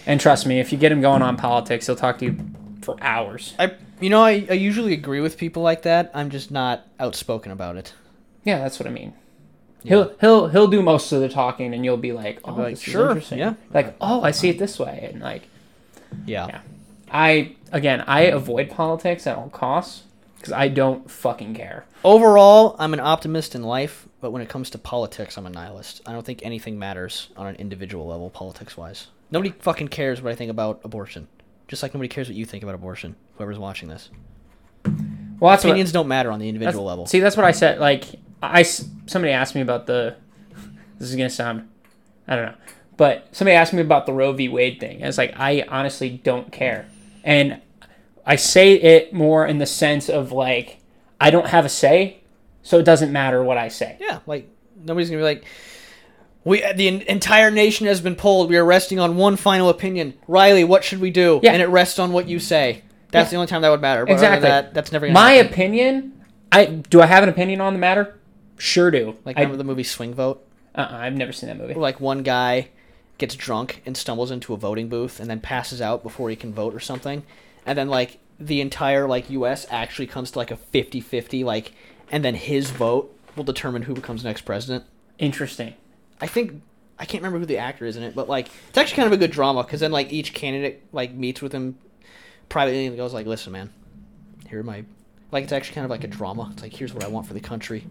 [SPEAKER 1] and trust me, if you get him going on politics, he'll talk to you for hours.
[SPEAKER 2] I, you know, I, I usually agree with people like that. I'm just not outspoken about it.
[SPEAKER 1] Yeah, that's what I mean. He'll he'll he'll do most of the talking and you'll be like, Oh,
[SPEAKER 2] be like,
[SPEAKER 1] this
[SPEAKER 2] "Sure,
[SPEAKER 1] is interesting.
[SPEAKER 2] yeah."
[SPEAKER 1] Like, oh I see it this way and like
[SPEAKER 2] Yeah.
[SPEAKER 1] I again I avoid politics at all costs because I don't fucking care.
[SPEAKER 2] Overall, I'm an optimist in life, but when it comes to politics, I'm a nihilist. I don't think anything matters on an individual level, politics wise. Nobody fucking cares what I think about abortion. Just like nobody cares what you think about abortion, whoever's watching this.
[SPEAKER 1] Well, that's what,
[SPEAKER 2] Opinions don't matter on the
[SPEAKER 1] that's-
[SPEAKER 2] individual level.
[SPEAKER 1] See, that's what I said. Like, I s- somebody asked me about the. This is gonna sound, I don't know, but somebody asked me about the Roe v. Wade thing. And it's like I honestly don't care, and I say it more in the sense of like I don't have a say, so it doesn't matter what I say.
[SPEAKER 2] Yeah, like nobody's gonna be like, we the en- entire nation has been polled. We are resting on one final opinion. Riley, what should we do?
[SPEAKER 1] Yeah.
[SPEAKER 2] and it rests on what you say. That's
[SPEAKER 1] Yeah.
[SPEAKER 2] the only time that would matter. But other than
[SPEAKER 1] Exactly.
[SPEAKER 2] that, that's never gonna
[SPEAKER 1] My
[SPEAKER 2] happen.
[SPEAKER 1] opinion, I do I have an opinion on the matter? Sure do.
[SPEAKER 2] like
[SPEAKER 1] I,
[SPEAKER 2] remember the movie Swing Vote?
[SPEAKER 1] uh-uh, I've never seen that movie.
[SPEAKER 2] Where, Like one guy gets drunk and stumbles into a voting booth and then passes out before he can vote or something, and then like the entire like U.S. actually comes to like a 50-50, like, and then his vote will determine who becomes next president.
[SPEAKER 1] Interesting.
[SPEAKER 2] I think I can't remember who the actor is in it, but like it's actually kind of a good drama because then like each candidate like meets with him privately and goes like, "Listen, man, here are my." Like it's actually kind of like a drama. It's like here's what I want for the country,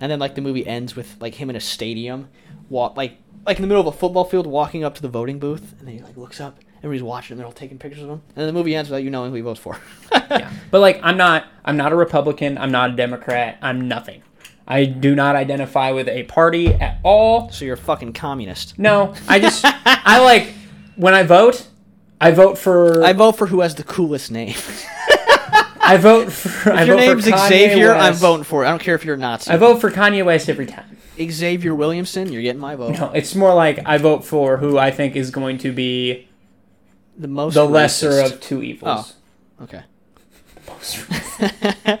[SPEAKER 2] and then like the movie ends with like him in a stadium, walk like like in the middle of a football field, walking up to the voting booth, and then he like looks up, everybody's watching, and they're all taking pictures of him, and then the movie ends without you knowing who he votes for.
[SPEAKER 1] yeah. But like I'm not I'm not a Republican, I'm not a Democrat, I'm nothing. I do not identify with a party at all.
[SPEAKER 2] so you're a fucking communist.
[SPEAKER 1] No, I just I like when I vote, I vote for
[SPEAKER 2] I
[SPEAKER 1] I,
[SPEAKER 2] vote for who has the coolest name.
[SPEAKER 1] vote for I
[SPEAKER 2] If your
[SPEAKER 1] vote for
[SPEAKER 2] name's
[SPEAKER 1] Kanye
[SPEAKER 2] Xavier, I'm
[SPEAKER 1] West.
[SPEAKER 2] voting for it. I don't care if you're a Nazi.
[SPEAKER 1] I vote for Kanye West every time.
[SPEAKER 2] Xavier Williamson, you're getting my vote.
[SPEAKER 1] No, it's more like I vote for who I think is going to be
[SPEAKER 2] The most
[SPEAKER 1] the lesser
[SPEAKER 2] racist. Oh.
[SPEAKER 1] of two evils.
[SPEAKER 2] Okay.
[SPEAKER 1] Most racist.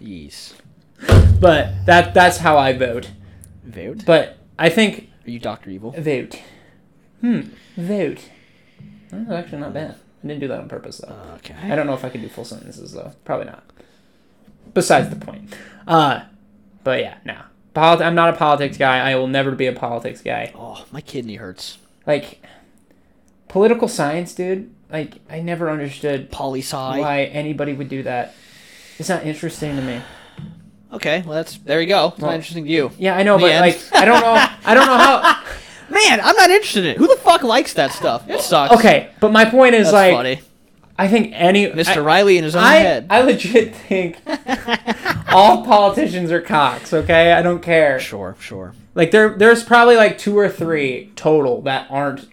[SPEAKER 2] Yes.
[SPEAKER 1] But that that's how I vote.
[SPEAKER 2] Vote.
[SPEAKER 1] But I think
[SPEAKER 2] Are you Doctor Evil?
[SPEAKER 1] vote. Hmm. Vote. That's actually not bad. I didn't do that on purpose though. I
[SPEAKER 2] Okay.
[SPEAKER 1] don't know if I could do full sentences though. Probably not. Besides the point. Uh but yeah, no. Polit- I'm not a politics guy. I will never be a politics guy.
[SPEAKER 2] Oh, my kidney hurts.
[SPEAKER 1] Like political science, dude. Like I never understood
[SPEAKER 2] Poli sci.
[SPEAKER 1] why anybody would do that. It's not interesting to me.
[SPEAKER 2] Okay. Well, that's there you go. It's
[SPEAKER 1] Well-
[SPEAKER 2] not interesting to you.
[SPEAKER 1] Yeah, I know,
[SPEAKER 2] The
[SPEAKER 1] but
[SPEAKER 2] end.
[SPEAKER 1] like I don't know. I don't know how.
[SPEAKER 2] Man, I'm not interested in it. Who the fuck likes that stuff? It sucks.
[SPEAKER 1] Okay, but my point is
[SPEAKER 2] That's
[SPEAKER 1] like
[SPEAKER 2] funny.
[SPEAKER 1] I think any
[SPEAKER 2] Mr. Riley in his own
[SPEAKER 1] I,
[SPEAKER 2] head.
[SPEAKER 1] I legit think all politicians are cocks. Okay, I don't care.
[SPEAKER 2] sure. Sure.
[SPEAKER 1] Like there, there's probably like two or three total that aren't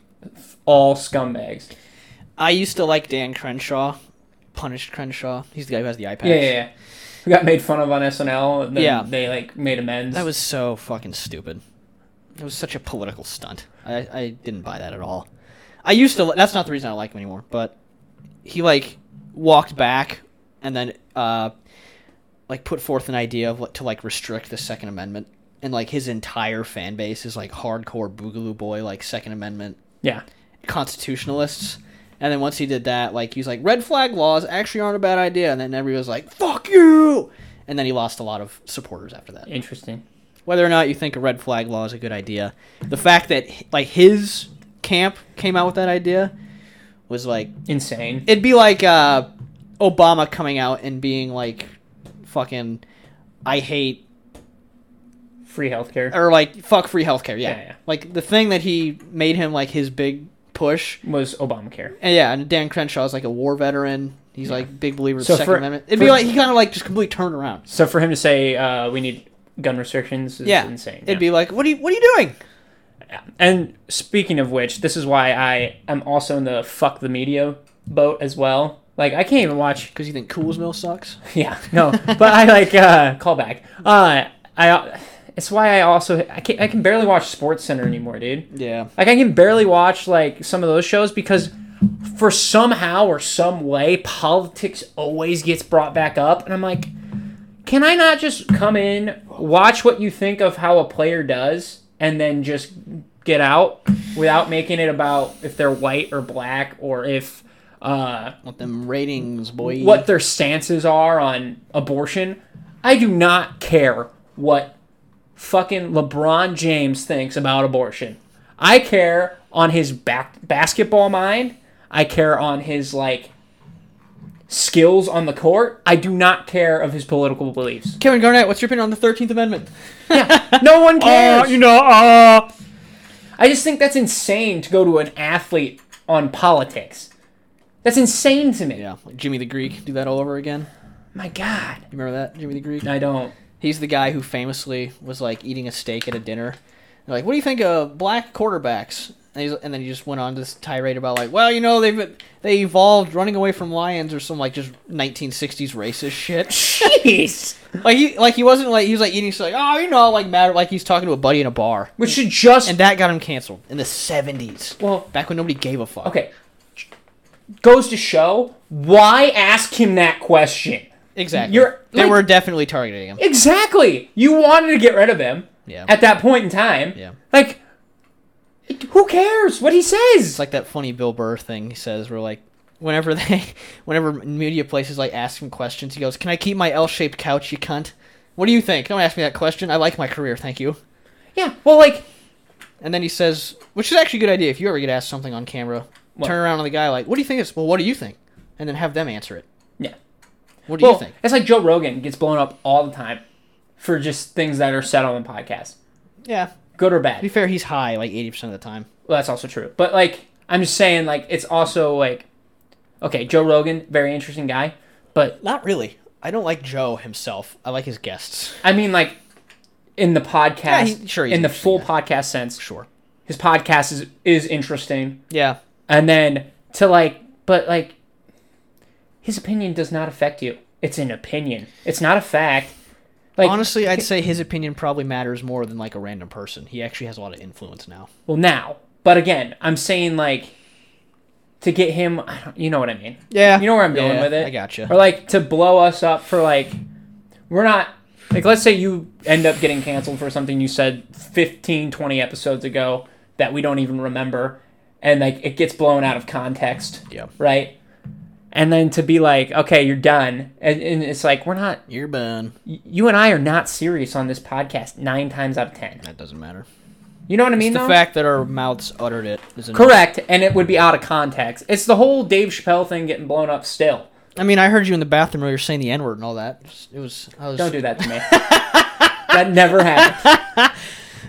[SPEAKER 1] all scumbags.
[SPEAKER 2] I used to like Dan Crenshaw. Punished Crenshaw. He's the guy who has the iPad.
[SPEAKER 1] Yeah, yeah, yeah. Who got made fun of on SNL? And then
[SPEAKER 2] Yeah.
[SPEAKER 1] they like made amends.
[SPEAKER 2] That was so fucking stupid. It was such a political stunt. I, I didn't buy that at all. I used to. li- That's not the reason I don't like him anymore. But he like walked back and then uh, like put forth an idea of what to like restrict the Second Amendment, and like his entire fan base is like hardcore Boogaloo boy, like Second Amendment
[SPEAKER 1] yeah,
[SPEAKER 2] constitutionalists. And then once he did that, like he's like, red flag laws actually aren't a bad idea. And then everybody was like, fuck you. And then he lost a lot of supporters after that
[SPEAKER 1] interesting.
[SPEAKER 2] whether or not you think a red flag law is a good idea. The fact that like his camp came out with that idea was like
[SPEAKER 1] Insane.
[SPEAKER 2] it'd be like uh, Obama coming out and being like, "Fucking, I hate
[SPEAKER 1] Free healthcare
[SPEAKER 2] or like fuck free healthcare." Yeah.
[SPEAKER 1] Yeah, yeah.
[SPEAKER 2] like the thing that he made him like his big push.
[SPEAKER 1] was Obamacare.
[SPEAKER 2] And yeah, and Dan Crenshaw is like a war veteran. He's like big believer in
[SPEAKER 1] So
[SPEAKER 2] the Second
[SPEAKER 1] for-
[SPEAKER 2] Amendment. It'd
[SPEAKER 1] for-
[SPEAKER 2] be like he kind of like just completely turned around.
[SPEAKER 1] So for him to say uh, we need gun restrictions is
[SPEAKER 2] yeah,
[SPEAKER 1] insane.
[SPEAKER 2] It'd be like, what are you what are you doing?
[SPEAKER 1] And speaking of which, this is why I am also in the fuck the media boat as well. Like I can't even watch.
[SPEAKER 2] Because you think Cool's Mill sucks?
[SPEAKER 1] Yeah, no, but I like uh, call back. Uh, I it's why I also I can I can barely watch Sports Center anymore, dude.
[SPEAKER 2] Yeah.
[SPEAKER 1] Like I can barely watch like some of those shows because for somehow or some way politics always gets brought back up and I'm like can I not just come in, watch what you think of how a player does and then just get out without making it about if they're white or black or if uh
[SPEAKER 2] Want them ratings, boy.
[SPEAKER 1] what their stances are on abortion. I do not care what fucking LeBron James thinks about abortion. I care on his back basketball mind. I care on his like skills on the court. I do not care of his political beliefs.
[SPEAKER 2] Kevin Garnett, what's your opinion on the Thirteenth Amendment?
[SPEAKER 1] Yeah, no one cares.
[SPEAKER 2] Oh, know, uh,
[SPEAKER 1] I just think that's insane to go to an athlete on politics. That's insane to me.
[SPEAKER 2] yeah, like Jimmy the Greek, do that all over again.
[SPEAKER 1] My God,
[SPEAKER 2] You remember that Jimmy the Greek?
[SPEAKER 1] I don't.
[SPEAKER 2] He's the guy who famously was like eating a steak at a dinner. They're like, "What do you think of black quarterbacks?" And, he's, and then he just went on this tirade about like, "Well, you know, they've they evolved running away from lions or some like just 1960s racist shit."
[SPEAKER 1] Jeez,
[SPEAKER 2] like he like he wasn't like he was like eating so like, "Oh, you know, like matter like he's talking to a buddy in a bar."
[SPEAKER 1] which should just
[SPEAKER 2] And that got him canceled in the 70s.
[SPEAKER 1] well.
[SPEAKER 2] Back when nobody gave a fuck.
[SPEAKER 1] Okay, goes to show why ask him that question.
[SPEAKER 2] Exactly.
[SPEAKER 1] You're-
[SPEAKER 2] they
[SPEAKER 1] like-
[SPEAKER 2] were definitely targeting him.
[SPEAKER 1] Exactly. You wanted to get rid of him
[SPEAKER 2] Yeah.
[SPEAKER 1] at that point in time.
[SPEAKER 2] Yeah.
[SPEAKER 1] Like, it- who cares what he says?
[SPEAKER 2] It's like that funny Bill Burr thing he says, where like whenever they, whenever media places like ask him questions, he goes, "Can I keep my L-shaped couch, you cunt? What do you think? Don't ask me that question. I like my career, thank you."
[SPEAKER 1] yeah. Well, like,
[SPEAKER 2] And then he says, which is actually a good idea if you ever get asked something on camera, turn around on the guy like, "What do you think?" It's well, what do you think? And then have them answer it.
[SPEAKER 1] yeah.
[SPEAKER 2] What do
[SPEAKER 1] Well,
[SPEAKER 2] you think?
[SPEAKER 1] it's like Joe Rogan gets blown up all the time for just things that are said on the podcast,
[SPEAKER 2] Yeah. To
[SPEAKER 1] good or
[SPEAKER 2] be
[SPEAKER 1] bad.
[SPEAKER 2] fair, he's high like eighty percent of the time.
[SPEAKER 1] Well, that's also true. But like, I'm just saying, like, it's also like, okay, Joe Rogan, very interesting guy, but
[SPEAKER 2] Not really. I don't like Joe himself. I like his guests.
[SPEAKER 1] I mean, like, in the podcast,
[SPEAKER 2] Yeah, he- sure, he's
[SPEAKER 1] in the full
[SPEAKER 2] interesting guy.
[SPEAKER 1] podcast sense,
[SPEAKER 2] Sure.
[SPEAKER 1] his podcast is is interesting.
[SPEAKER 2] Yeah.
[SPEAKER 1] And then to like, but like, his opinion does not affect you. It's an opinion. It's not a fact. Like,
[SPEAKER 2] Honestly, I'd say his opinion probably matters more than like a random person. He actually has a lot of influence now.
[SPEAKER 1] well, now, but again, I'm saying like, to get him, I don't, you know what I mean.
[SPEAKER 2] Yeah.
[SPEAKER 1] You know where I'm going
[SPEAKER 2] Yeah,
[SPEAKER 1] with it.
[SPEAKER 2] I gotcha.
[SPEAKER 1] Or like to blow us up for like, we're not. Like, let's say you end up getting canceled for something you said 15, 20 episodes ago that we don't even remember, and like it gets blown out of context.
[SPEAKER 2] Yeah.
[SPEAKER 1] Right. And then to be like, okay, you're done, and, and it's like we're not.
[SPEAKER 2] You're bun.
[SPEAKER 1] You and I are not serious on this podcast nine times out of ten.
[SPEAKER 2] That doesn't matter.
[SPEAKER 1] You know what I mean?
[SPEAKER 2] The
[SPEAKER 1] though?
[SPEAKER 2] fact that our mouths uttered it is enough.
[SPEAKER 1] Correct, and it would be out of context. It's the whole Dave Chappelle thing getting blown up still.
[SPEAKER 2] I mean, I heard you in the bathroom earlier saying the N word and all that. It was. I was.
[SPEAKER 1] Don't do that to me. that never happened.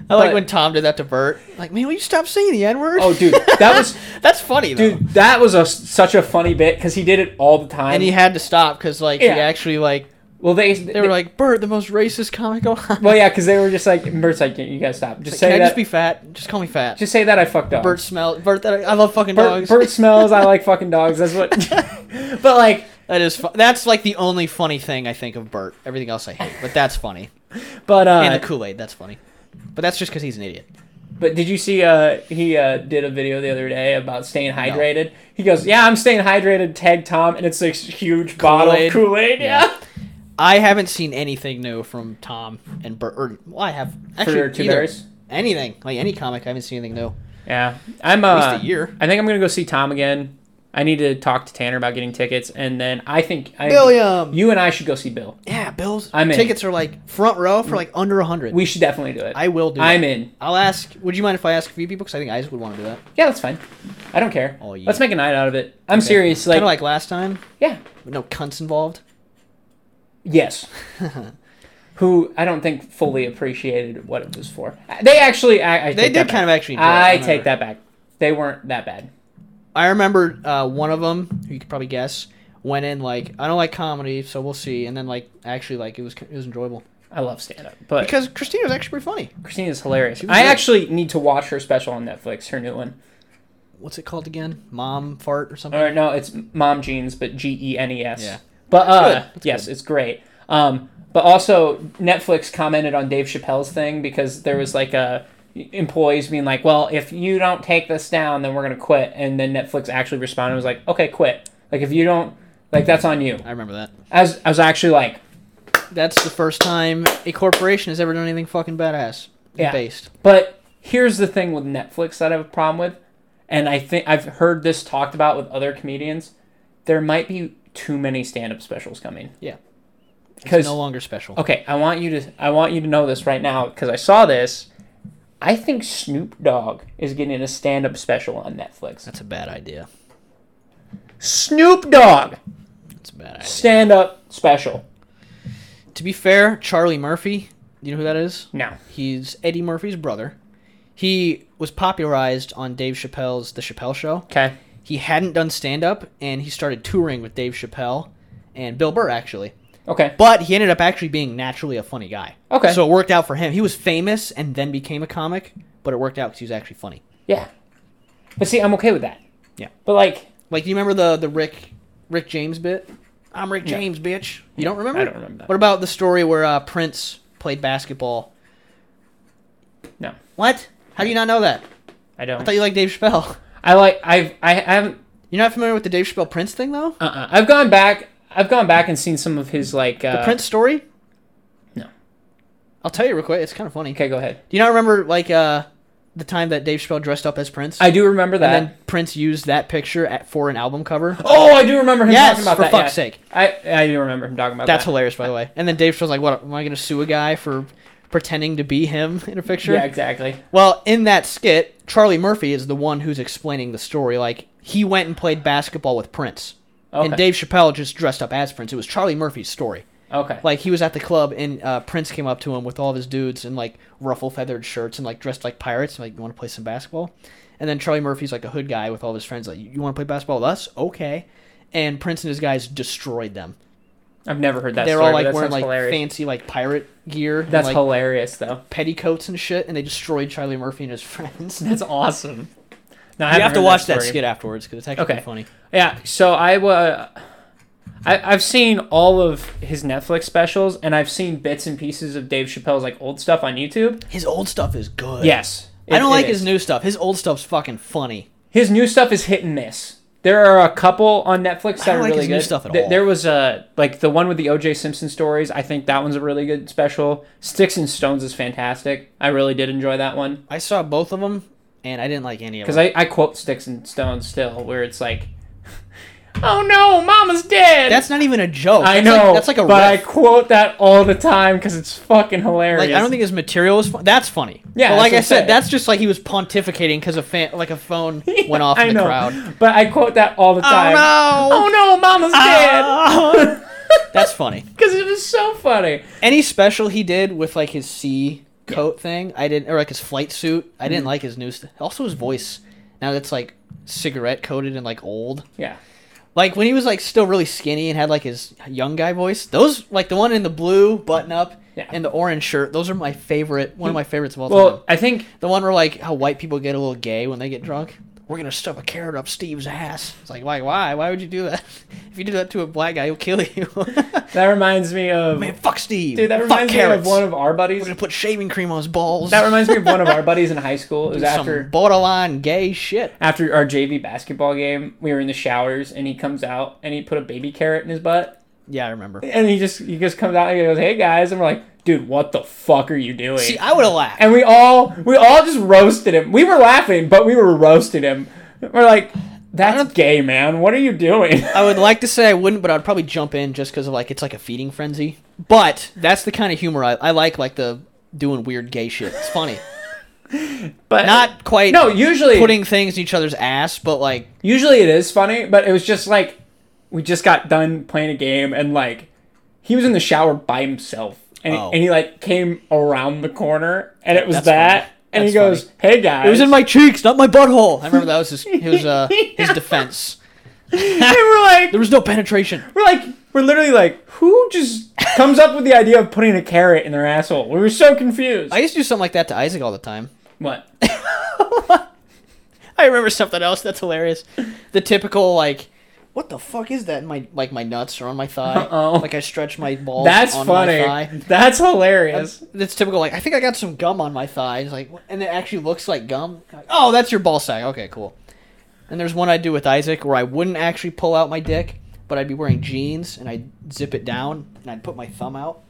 [SPEAKER 2] I like
[SPEAKER 1] but-
[SPEAKER 2] when Tom did that to Bert. Like, man, will you stop saying the N word?
[SPEAKER 1] Oh, dude, that was
[SPEAKER 2] that's funny though.
[SPEAKER 1] dude, that was a such a funny bit because he did it all the time.
[SPEAKER 2] And he had to stop because like
[SPEAKER 1] Yeah.
[SPEAKER 2] he actually like
[SPEAKER 1] well, they
[SPEAKER 2] they were like Bert, the most racist comic. on-"
[SPEAKER 1] well, yeah, because they were just like, Bert's like, you guys stop. Just say
[SPEAKER 2] Can I
[SPEAKER 1] that.
[SPEAKER 2] just be fat? Just call me fat.
[SPEAKER 1] just say that I fucked up.
[SPEAKER 2] Bert smell. Bert, that I, I love fucking
[SPEAKER 1] Bert,
[SPEAKER 2] dogs.
[SPEAKER 1] Bert smells. I like fucking dogs. That's what. but like,
[SPEAKER 2] That is fu- that's like the only funny thing I think of Bert. Everything else I hate, but that's funny.
[SPEAKER 1] but
[SPEAKER 2] And
[SPEAKER 1] uh,
[SPEAKER 2] the Kool Aid, that's funny. But that's just because he's an idiot.
[SPEAKER 1] but did you see? Uh, he uh did a video the other day about staying hydrated. He goes, yeah, I'm staying hydrated. Tag Tom, and it's this huge bottle
[SPEAKER 2] Kool-Aid.
[SPEAKER 1] of Kool Aid. Yeah.
[SPEAKER 2] I haven't seen anything new from Tom and Bert. Or, well, I have actually
[SPEAKER 1] your two
[SPEAKER 2] either.
[SPEAKER 1] bears?
[SPEAKER 2] anything like any comic. I haven't seen anything new.
[SPEAKER 1] Yeah, I'm. Uh,
[SPEAKER 2] least a year.
[SPEAKER 1] I think I'm gonna go see Tom again. I need to talk to Tanner about getting tickets, and then I think I,
[SPEAKER 2] Billiam!
[SPEAKER 1] you and I should go see Bill.
[SPEAKER 2] Yeah, Bill's
[SPEAKER 1] I'm in.
[SPEAKER 2] tickets are like front row for like under a hundred.
[SPEAKER 1] We should definitely do it.
[SPEAKER 2] I will do.
[SPEAKER 1] I'm
[SPEAKER 2] that.
[SPEAKER 1] in.
[SPEAKER 2] I'll ask. Would you mind if I ask VB books? I think Isaac would want to do that.
[SPEAKER 1] Yeah, that's fine. I don't care.
[SPEAKER 2] Oh, yeah.
[SPEAKER 1] Let's make a night out of it. I'm serious.
[SPEAKER 2] Kind
[SPEAKER 1] Like,
[SPEAKER 2] of like last time,
[SPEAKER 1] yeah,
[SPEAKER 2] with no cunts involved.
[SPEAKER 1] yes. Who I don't think fully appreciated what it was for. They actually, I, I
[SPEAKER 2] They
[SPEAKER 1] take
[SPEAKER 2] did
[SPEAKER 1] that back.
[SPEAKER 2] kind of actually enjoy it, I
[SPEAKER 1] I
[SPEAKER 2] remember.
[SPEAKER 1] take that back. They weren't that bad.
[SPEAKER 2] I remember uh, one of them. You could probably guess. Went in like I don't like comedy, so we'll see. And then like actually like it was it was enjoyable
[SPEAKER 1] I love stand up, but
[SPEAKER 2] because Christina was actually pretty funny.
[SPEAKER 1] Christina's hilarious.
[SPEAKER 2] She was
[SPEAKER 1] I
[SPEAKER 2] great.
[SPEAKER 1] actually need to watch her special on Netflix, her new one.
[SPEAKER 2] What's it called again? Mom fart or something?
[SPEAKER 1] Or no, it's mom jeans, but G E N E S.
[SPEAKER 2] Yeah.
[SPEAKER 1] But uh,
[SPEAKER 2] good. That's
[SPEAKER 1] yes, it's great. Um, but also Netflix commented on Dave Chappelle's thing because there was like a employees being like, "Well, if you don't take this down, then we're gonna quit." And then Netflix actually responded and was like, "Okay, quit. Like if you don't, like that's on you."
[SPEAKER 2] I remember that.
[SPEAKER 1] I was, I was actually like,
[SPEAKER 2] That's the first time a corporation has ever done anything fucking badass.
[SPEAKER 1] Yeah.
[SPEAKER 2] Based.
[SPEAKER 1] But here's the thing with Netflix that I have a problem with, and I think I've heard this talked about with other comedians. There might be too many stand-up specials coming.
[SPEAKER 2] Yeah.
[SPEAKER 1] Because
[SPEAKER 2] No longer special.
[SPEAKER 1] okay, I want you to I want you to know this right now because I saw this. I think Snoop Dogg is getting a stand-up special on Netflix.
[SPEAKER 2] That's a bad idea.
[SPEAKER 1] Snoop Dogg.
[SPEAKER 2] It's a bad idea.
[SPEAKER 1] Stand up special.
[SPEAKER 2] To be fair, Charlie Murphy, you know who that is?
[SPEAKER 1] No.
[SPEAKER 2] He's Eddie Murphy's brother. He was popularized on Dave Chappelle's The Chappelle Show.
[SPEAKER 1] Okay.
[SPEAKER 2] He hadn't done stand up and he started touring with Dave Chappelle and Bill Burr actually.
[SPEAKER 1] Okay.
[SPEAKER 2] But he ended up actually being naturally a funny guy.
[SPEAKER 1] Okay.
[SPEAKER 2] So it worked out for him. He was famous and then became a comic, but it worked out because he was actually funny.
[SPEAKER 1] Yeah. But see, I'm okay with that.
[SPEAKER 2] Yeah.
[SPEAKER 1] But like,
[SPEAKER 2] Like, do you remember the the Rick Rick James bit? I'm Rick James, bitch. You don't remember?
[SPEAKER 1] I don't remember that.
[SPEAKER 2] What about the story where uh, Prince played basketball?
[SPEAKER 1] no,
[SPEAKER 2] What? How do you not know that?
[SPEAKER 1] I don't.
[SPEAKER 2] I thought you liked Dave Chappelle.
[SPEAKER 1] I like. I've. I haven't.
[SPEAKER 2] You're not familiar with the Dave Chappelle Prince thing though?
[SPEAKER 1] Uh. uh I've gone back. I've gone back and seen some of his like. Uh,
[SPEAKER 2] the Prince story?
[SPEAKER 1] No.
[SPEAKER 2] I'll tell you real quick. It's kind of funny.
[SPEAKER 1] Okay, go ahead.
[SPEAKER 2] Do you not remember like uh the time that Dave Chappelle dressed up as Prince?
[SPEAKER 1] I do remember that.
[SPEAKER 2] and then Prince used that picture at, for an album cover.
[SPEAKER 1] oh, I do remember him
[SPEAKER 2] Yes,
[SPEAKER 1] talking about
[SPEAKER 2] for
[SPEAKER 1] that.
[SPEAKER 2] fuck's
[SPEAKER 1] yeah.
[SPEAKER 2] sake.
[SPEAKER 1] I I do remember him talking about
[SPEAKER 2] That's
[SPEAKER 1] that.
[SPEAKER 2] hilarious, by the way. And then Dave Chappelle's like, "What am I going to sue a guy for pretending to be him in a picture?"
[SPEAKER 1] Yeah, exactly.
[SPEAKER 2] Well, in that skit, Charlie Murphy is the one who's explaining the story. Like he went and played basketball with Prince,
[SPEAKER 1] Okay.
[SPEAKER 2] and Dave Chappelle just dressed up as Prince. It was Charlie Murphy's story.
[SPEAKER 1] Okay.
[SPEAKER 2] Like he was at the club, and uh, Prince came up to him with all of his dudes in like ruffle feathered shirts and like dressed like pirates. Like, you want to play some basketball? And then Charlie Murphy's like a hood guy with all of his friends. Like, you want to play basketball with us? Okay. And Prince and his guys destroyed them.
[SPEAKER 1] I've never heard that.
[SPEAKER 2] They're
[SPEAKER 1] story,
[SPEAKER 2] all
[SPEAKER 1] but
[SPEAKER 2] like
[SPEAKER 1] that
[SPEAKER 2] wearing
[SPEAKER 1] sounds
[SPEAKER 2] like
[SPEAKER 1] hilarious.
[SPEAKER 2] fancy like pirate gear.
[SPEAKER 1] That's
[SPEAKER 2] and, like,
[SPEAKER 1] hilarious though.
[SPEAKER 2] petticoats and shit, and they destroyed Charlie Murphy and his friends.
[SPEAKER 1] That's awesome. No, I
[SPEAKER 2] you
[SPEAKER 1] haven't
[SPEAKER 2] have to
[SPEAKER 1] heard
[SPEAKER 2] watch that,
[SPEAKER 1] story.
[SPEAKER 2] skit afterwards because it's actually
[SPEAKER 1] Okay.
[SPEAKER 2] funny.
[SPEAKER 1] Yeah, so I wa I, I've seen all of his Netflix specials, and I've seen bits and pieces of Dave Chappelle's like old stuff on YouTube.
[SPEAKER 2] His old stuff is good.
[SPEAKER 1] Yes,
[SPEAKER 2] Oh, I don't
[SPEAKER 1] It- it
[SPEAKER 2] like his
[SPEAKER 1] is.
[SPEAKER 2] new stuff. His old stuff's fucking funny.
[SPEAKER 1] his new stuff is hit and miss. There are a couple on Netflix that
[SPEAKER 2] don't
[SPEAKER 1] are
[SPEAKER 2] like
[SPEAKER 1] really
[SPEAKER 2] his
[SPEAKER 1] good.
[SPEAKER 2] new stuff at
[SPEAKER 1] Th-
[SPEAKER 2] all.
[SPEAKER 1] There was a like the one with the O.J. Simpson stories. I think that one's a really good special. Sticks and Stones is fantastic. I really did enjoy that one.
[SPEAKER 2] I saw both of them, and I didn't like any of them.
[SPEAKER 1] Because I, I quote Sticks and Stones still, where it's like, oh no, mama's dead.
[SPEAKER 2] That's not even a joke.
[SPEAKER 1] I
[SPEAKER 2] That's
[SPEAKER 1] know.
[SPEAKER 2] Like, that's like a
[SPEAKER 1] But
[SPEAKER 2] riff.
[SPEAKER 1] I quote that all the time because it's fucking hilarious.
[SPEAKER 2] like I don't think his material is fun. That's funny.
[SPEAKER 1] Yeah,
[SPEAKER 2] But like
[SPEAKER 1] that's what
[SPEAKER 2] I
[SPEAKER 1] I'm
[SPEAKER 2] said,
[SPEAKER 1] saying.
[SPEAKER 2] that's just like he was pontificating because a fan, like a phone went off
[SPEAKER 1] I
[SPEAKER 2] in the
[SPEAKER 1] know,
[SPEAKER 2] crowd.
[SPEAKER 1] But I quote that all the time.
[SPEAKER 2] no! Ah.
[SPEAKER 1] Oh no, mama's dead.
[SPEAKER 2] That's funny.
[SPEAKER 1] Because it was so funny.
[SPEAKER 2] Any special he did with like his sea coat thing, I didn't, or like his flight suit, I
[SPEAKER 1] Mm-hmm.
[SPEAKER 2] didn't like his new. St- also, his voice now that's like cigarette coated and like old.
[SPEAKER 1] Yeah.
[SPEAKER 2] Like when he was like still really skinny and had like his young guy voice. Those like the one in the blue button up
[SPEAKER 1] Yeah.
[SPEAKER 2] and the orange shirt. Those are my favorite. One of my favorites of all time.
[SPEAKER 1] Well, I think
[SPEAKER 2] The one where like how white people get a little gay when they get drunk. We're gonna stuff a carrot up Steve's ass. It's like why? Why? Why would you do that? If you do that to a black guy, he'll kill you.
[SPEAKER 1] that reminds me of.
[SPEAKER 2] Man, fuck Steve.
[SPEAKER 1] dude, that
[SPEAKER 2] fuck
[SPEAKER 1] reminds me
[SPEAKER 2] carrots.
[SPEAKER 1] of one of our
[SPEAKER 2] We're
[SPEAKER 1] buddies.
[SPEAKER 2] gonna put shaving cream on his balls.
[SPEAKER 1] That reminds me of one of our buddies in high school. It was
[SPEAKER 2] Some
[SPEAKER 1] after.
[SPEAKER 2] borderline gay shit.
[SPEAKER 1] after our JV basketball game, we were in the showers, and he comes out and he put a baby carrot in his butt,
[SPEAKER 2] Yeah, I remember.
[SPEAKER 1] and he just he just comes out and he goes, "Hey guys," and we're like, "Dude, what the fuck are you doing?"
[SPEAKER 2] See, I would have laughed.
[SPEAKER 1] and we all we all just roasted him. We were laughing, but we were roasting him. We're like, "That's gay, man. What are you doing?"
[SPEAKER 2] I would like to say I wouldn't, but I'd probably jump in just because of like it's like a feeding frenzy. But that's the kind of humor I, I like, like the doing weird gay shit. It's funny,
[SPEAKER 1] But
[SPEAKER 2] not quite.
[SPEAKER 1] no. Usually,
[SPEAKER 2] putting things in each other's ass, but like
[SPEAKER 1] usually it is funny, but it was just like we just got done playing a game, and like he was in the shower by himself, and,
[SPEAKER 2] Oh.
[SPEAKER 1] and he like came around the corner, and it was
[SPEAKER 2] That's
[SPEAKER 1] that.
[SPEAKER 2] funny.
[SPEAKER 1] And he
[SPEAKER 2] That's
[SPEAKER 1] goes, "Hey guys!"
[SPEAKER 2] it was in my cheeks, not my butthole. I remember that was his his uh, his defense.
[SPEAKER 1] and we're like,
[SPEAKER 2] There was no penetration.
[SPEAKER 1] we're like, we're literally like, who just comes up with the idea of putting a carrot in their asshole? We were so confused.
[SPEAKER 2] I used to do something like that to Isaac all the time.
[SPEAKER 1] what?
[SPEAKER 2] I remember something else that's hilarious. The typical like, what the fuck is that? In my like my nuts are on my thigh.
[SPEAKER 1] Uh-oh.
[SPEAKER 2] Like I stretch my balls.
[SPEAKER 1] That's
[SPEAKER 2] on My thigh.
[SPEAKER 1] funny. That's hilarious.
[SPEAKER 2] That's typical. Like I think I got some gum on my thigh. It's like, what- and it actually looks like gum. Like, oh, that's your ball sack. Okay, cool. And there's one I do with Isaac where I wouldn't actually pull out my dick, but I'd be wearing jeans and I'd zip it down and I'd put my thumb out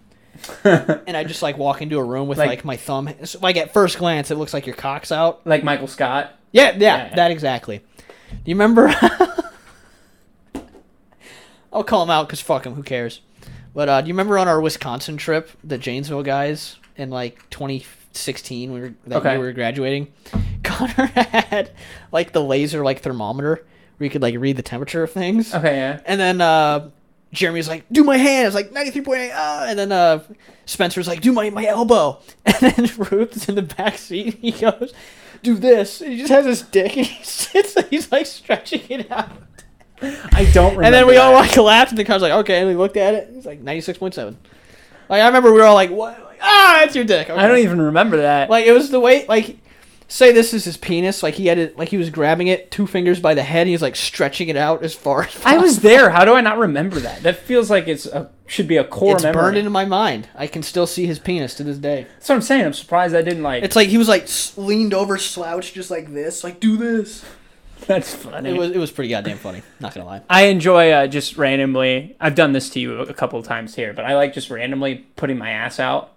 [SPEAKER 2] and I'd just like walk into a room with
[SPEAKER 1] Like-
[SPEAKER 2] like, my thumb. so, like at first glance, it looks like your cock's out.
[SPEAKER 1] like Michael Scott.
[SPEAKER 2] Yeah, yeah,
[SPEAKER 1] Yeah.
[SPEAKER 2] that exactly. Do you remember? I'll call him out because fuck him. Who cares? But uh, do you remember on our Wisconsin trip, the Janesville guys in like 2016, we were that
[SPEAKER 1] Okay.
[SPEAKER 2] year we were graduating. Connor had
[SPEAKER 1] Oh,
[SPEAKER 2] like the laser like thermometer where you could like read the temperature of things,
[SPEAKER 1] Okay, yeah.
[SPEAKER 2] and then uh, Jeremy's like, do my hand. It's like 93.8. Ah. And then uh, Spencer's like, do my, my elbow. And then Ruth's in the back seat. He goes, do this. And he just has his dick and he sits and he's like stretching it out.
[SPEAKER 1] I don't remember.
[SPEAKER 2] And then we all
[SPEAKER 1] that.
[SPEAKER 2] like collapsed and the car's like, okay. And we looked at it. It's like 96.7. Like, I remember we were all like, what? Like, ah, it's your dick.
[SPEAKER 1] I don't
[SPEAKER 2] Okay.
[SPEAKER 1] even remember that.
[SPEAKER 2] Like it was the way like say this is his penis, like he had it like he was grabbing it two fingers by the head, he was like stretching it out as far as
[SPEAKER 1] I was there. How do I not remember that? That feels like it's a, should be a core
[SPEAKER 2] it's
[SPEAKER 1] memory.
[SPEAKER 2] burned into my mind. I can still see his penis to this day.
[SPEAKER 1] That's what I'm saying. I'm surprised I didn't like.
[SPEAKER 2] It's like he was like s- leaned over, slouched, just like this, like do this.
[SPEAKER 1] That's funny.
[SPEAKER 2] It was it was pretty goddamn funny. Not gonna lie.
[SPEAKER 1] I enjoy uh, just randomly. I've done this to you a couple of times here, but I like just randomly putting my ass out.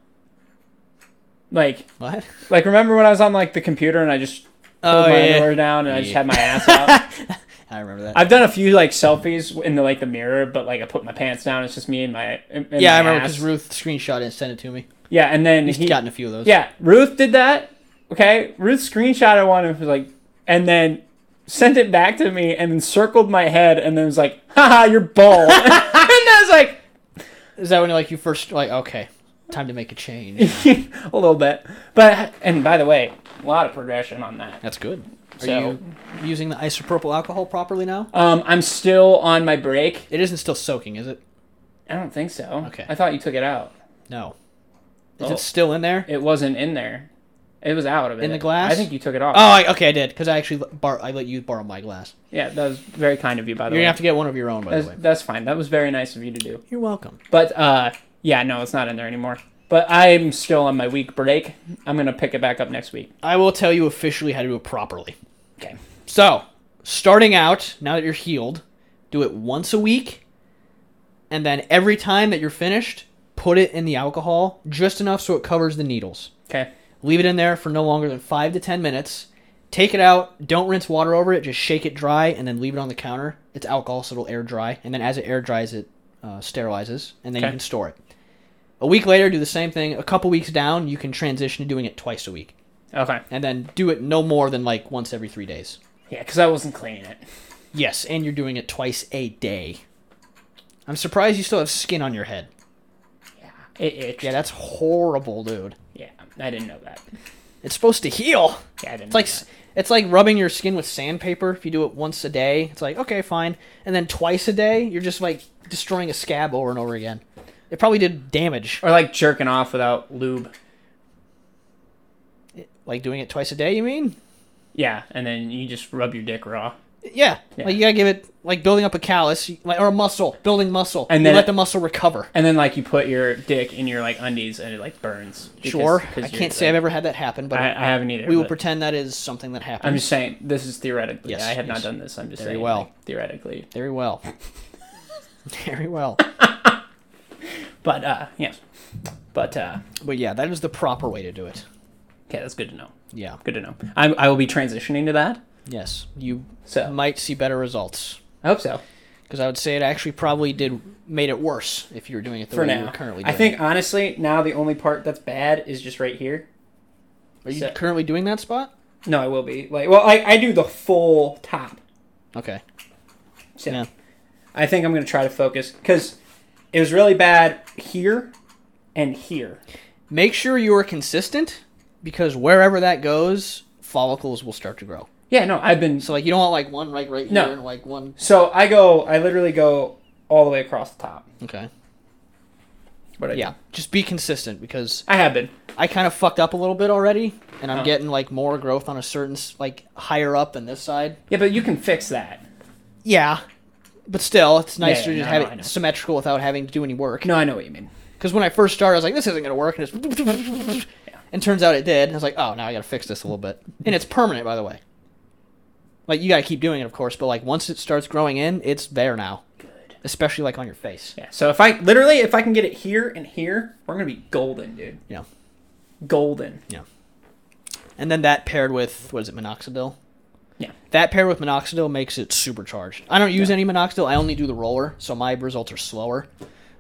[SPEAKER 1] Like,
[SPEAKER 2] What?
[SPEAKER 1] like remember when I was on like the computer and I just pulled
[SPEAKER 2] Oh
[SPEAKER 1] my
[SPEAKER 2] yeah,
[SPEAKER 1] underwear down and I just
[SPEAKER 2] Yeah.
[SPEAKER 1] had my ass out.
[SPEAKER 2] I remember that.
[SPEAKER 1] I've done a few like selfies in the like the mirror, but like I put my pants down. It's just me and my and
[SPEAKER 2] yeah, I
[SPEAKER 1] my
[SPEAKER 2] remember
[SPEAKER 1] ass.
[SPEAKER 2] because Ruth screenshot it and sent it to me.
[SPEAKER 1] Yeah, and then
[SPEAKER 2] He's
[SPEAKER 1] he
[SPEAKER 2] gotten a few of those.
[SPEAKER 1] yeah Ruth did that. Okay, Ruth screenshotted one and was like, and then sent it back to me and then circled my head and then was like, haha, you're bald. and I was like.
[SPEAKER 2] Is that when like you first like okay, time to make a change?
[SPEAKER 1] a little bit. But and by the way, a lot of progression on that.
[SPEAKER 2] That's good. Are
[SPEAKER 1] So-
[SPEAKER 2] you using the isopropyl alcohol properly now?
[SPEAKER 1] Um, I'm still on my break.
[SPEAKER 2] It isn't still soaking, is it?
[SPEAKER 1] I don't think so.
[SPEAKER 2] Okay.
[SPEAKER 1] I thought you took it out.
[SPEAKER 2] No. Is
[SPEAKER 1] Oh.
[SPEAKER 2] it still in there?
[SPEAKER 1] It wasn't in there. It was out of it.
[SPEAKER 2] In the glass?
[SPEAKER 1] I think you took it off.
[SPEAKER 2] Oh, I, okay, I did because I actually bar- I let you borrow my glass.
[SPEAKER 1] Yeah, that was very kind of you, by the
[SPEAKER 2] You're
[SPEAKER 1] way.
[SPEAKER 2] gonna have to get one of your own, by the way.
[SPEAKER 1] that's, that's fine. That was very nice of you to do.
[SPEAKER 2] You're welcome.
[SPEAKER 1] But uh, yeah, no, it's not in there anymore. But I'm still on my week break. I'm gonna pick it back up next week.
[SPEAKER 2] I will tell you officially how to do it properly.
[SPEAKER 1] Okay.
[SPEAKER 2] So, starting out, now that you're healed, do it once a week, and then every time that you're finished, put it in the alcohol just enough so it covers the needles.
[SPEAKER 1] Okay.
[SPEAKER 2] Leave it in there for no longer than five to ten minutes. Take it out. Don't rinse water over it. Just shake it dry and then leave it on the counter. It's alcohol, so it'll air dry. And then as it air dries, it uh, sterilizes, and then you
[SPEAKER 1] Okay.
[SPEAKER 2] can store it. A week later, do the same thing. A couple weeks down, you can transition to doing it twice a week,
[SPEAKER 1] Okay.
[SPEAKER 2] and then do it no more than like once every three days.
[SPEAKER 1] Yeah, because I wasn't cleaning it.
[SPEAKER 2] Yes, and you're doing it twice a day. I'm surprised you still have skin on your head.
[SPEAKER 1] It itched.
[SPEAKER 2] Yeah, that's horrible, dude.
[SPEAKER 1] yeah. I didn't know that.
[SPEAKER 2] It's supposed to heal.
[SPEAKER 1] Yeah, I didn't.
[SPEAKER 2] It's like
[SPEAKER 1] know that.
[SPEAKER 2] it's like rubbing your skin with sandpaper. If you do it once a day, it's like okay, fine. And then twice a day, you're just like destroying a scab over and over again. It probably did damage.
[SPEAKER 1] Or like jerking off without lube.
[SPEAKER 2] Like doing it twice a day, you mean?
[SPEAKER 1] Yeah, and then you just rub your dick raw.
[SPEAKER 2] Yeah.
[SPEAKER 1] Yeah.
[SPEAKER 2] Like you gotta give it like building up a callus, like or a muscle, building muscle,
[SPEAKER 1] And
[SPEAKER 2] and
[SPEAKER 1] then
[SPEAKER 2] then
[SPEAKER 1] it-
[SPEAKER 2] let the muscle recover.
[SPEAKER 1] And then like you put your dick in your like undies and it like burns. Because-
[SPEAKER 2] sure,
[SPEAKER 1] because
[SPEAKER 2] I
[SPEAKER 1] you're,
[SPEAKER 2] can't say I've
[SPEAKER 1] like-
[SPEAKER 2] ever had that happen, but
[SPEAKER 1] I, I haven't either.
[SPEAKER 2] we will
[SPEAKER 1] but
[SPEAKER 2] pretend that is something that happened.
[SPEAKER 1] I'm just saying this is theoretically.
[SPEAKER 2] Yes,
[SPEAKER 1] I have not
[SPEAKER 2] yes.
[SPEAKER 1] done this. I'm just
[SPEAKER 2] Very
[SPEAKER 1] saying
[SPEAKER 2] well.
[SPEAKER 1] like, theoretically.
[SPEAKER 2] very well, very well.
[SPEAKER 1] But uh yeah. But uh
[SPEAKER 2] But yeah, that is the proper way to do it.
[SPEAKER 1] okay, that's good to know.
[SPEAKER 2] Yeah.
[SPEAKER 1] Good to know. I I will be transitioning to that.
[SPEAKER 2] Yes, you
[SPEAKER 1] So-
[SPEAKER 2] might see better results.
[SPEAKER 1] I hope so.
[SPEAKER 2] because I would say it actually probably did made it worse if you were doing it the
[SPEAKER 1] For
[SPEAKER 2] way
[SPEAKER 1] now.
[SPEAKER 2] you're currently
[SPEAKER 1] I
[SPEAKER 2] doing.
[SPEAKER 1] think honestly, now the only part that's bad is just right here.
[SPEAKER 2] it. are you
[SPEAKER 1] so-
[SPEAKER 2] currently doing that spot?
[SPEAKER 1] No, I will be. Like well, I I do the full top.
[SPEAKER 2] Okay,
[SPEAKER 1] So
[SPEAKER 2] Yeah.
[SPEAKER 1] I think I'm going to try to focus because it was really bad here and here.
[SPEAKER 2] make sure you are consistent because wherever that goes, follicles will start to grow.
[SPEAKER 1] Yeah, no, I've been.
[SPEAKER 2] So like you don't want like one like right
[SPEAKER 1] No.
[SPEAKER 2] here and like one.
[SPEAKER 1] So I go, I literally go all the way across the top.
[SPEAKER 2] Okay,
[SPEAKER 1] But I,
[SPEAKER 2] yeah, just be consistent because
[SPEAKER 1] I have been.
[SPEAKER 2] I kind of fucked up a little bit already, and I'm
[SPEAKER 1] Huh.
[SPEAKER 2] getting like more growth on a certain s- like higher up than this side.
[SPEAKER 1] Yeah, but you can fix that.
[SPEAKER 2] Yeah. But still, it's nice
[SPEAKER 1] Yeah,
[SPEAKER 2] to
[SPEAKER 1] yeah,
[SPEAKER 2] just
[SPEAKER 1] no,
[SPEAKER 2] have
[SPEAKER 1] no, I know.
[SPEAKER 2] it symmetrical without having to do any work.
[SPEAKER 1] No, I know what you mean.
[SPEAKER 2] Because when I first started, I was like, this isn't going to work. And, it's and turns out it did. And I was like, oh, now I got to fix this a little bit. And it's permanent, by the way. Like, you got to keep doing it, of course. But, like, once it starts growing in, it's there now.
[SPEAKER 1] Good.
[SPEAKER 2] Especially, like, on your face.
[SPEAKER 1] Yeah. So if I literally, if I can get it here and here, we're gonna be golden, dude.
[SPEAKER 2] You know?
[SPEAKER 1] Golden.
[SPEAKER 2] And then that paired with, what is it, minoxidil?
[SPEAKER 1] Yeah.
[SPEAKER 2] That paired with minoxidil makes it supercharged. I don't use any minoxidil. I only do the roller. So my results are slower.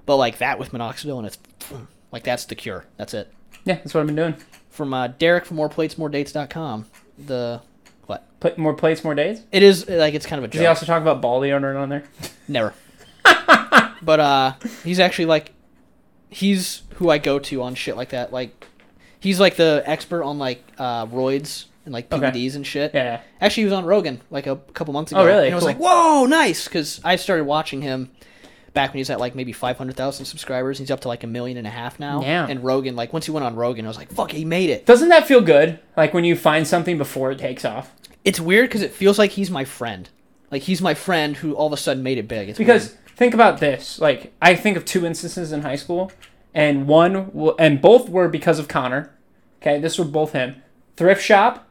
[SPEAKER 2] But, like, that with minoxidil, and it's like, that's the cure. That's it.
[SPEAKER 1] Yeah, that's what I've been doing.
[SPEAKER 2] From uh, Derek from moreplates, The. What?
[SPEAKER 1] Put more plates, more days.
[SPEAKER 2] It is like it's kind of a
[SPEAKER 1] Does he
[SPEAKER 2] joke.
[SPEAKER 1] also talk about ball deodorant on there?
[SPEAKER 2] Never. but uh, he's actually like, he's who I go to on shit like that. Like, he's like the expert on like uh, roids and like
[SPEAKER 1] Okay.
[SPEAKER 2] PEDs and shit.
[SPEAKER 1] Yeah.
[SPEAKER 2] Actually, he was on Rogan like a couple months ago.
[SPEAKER 1] Oh, really?
[SPEAKER 2] And I was
[SPEAKER 1] Cool.
[SPEAKER 2] like, whoa, nice, because I started watching him back when he was at like maybe five hundred thousand subscribers. He's up to like a million and a half now.
[SPEAKER 1] Yeah.
[SPEAKER 2] And Rogan, like once he went on Rogan, I was like, fuck, he made it.
[SPEAKER 1] Doesn't that feel good? Like when you find something before it takes off.
[SPEAKER 2] It's weird because it feels like he's my friend. Like he's my friend who all of a sudden made it big. It's
[SPEAKER 1] Because think about this. Like I think of two instances in high school, and one w- and both were because of Connor. Okay, this were both him. Thrift shop.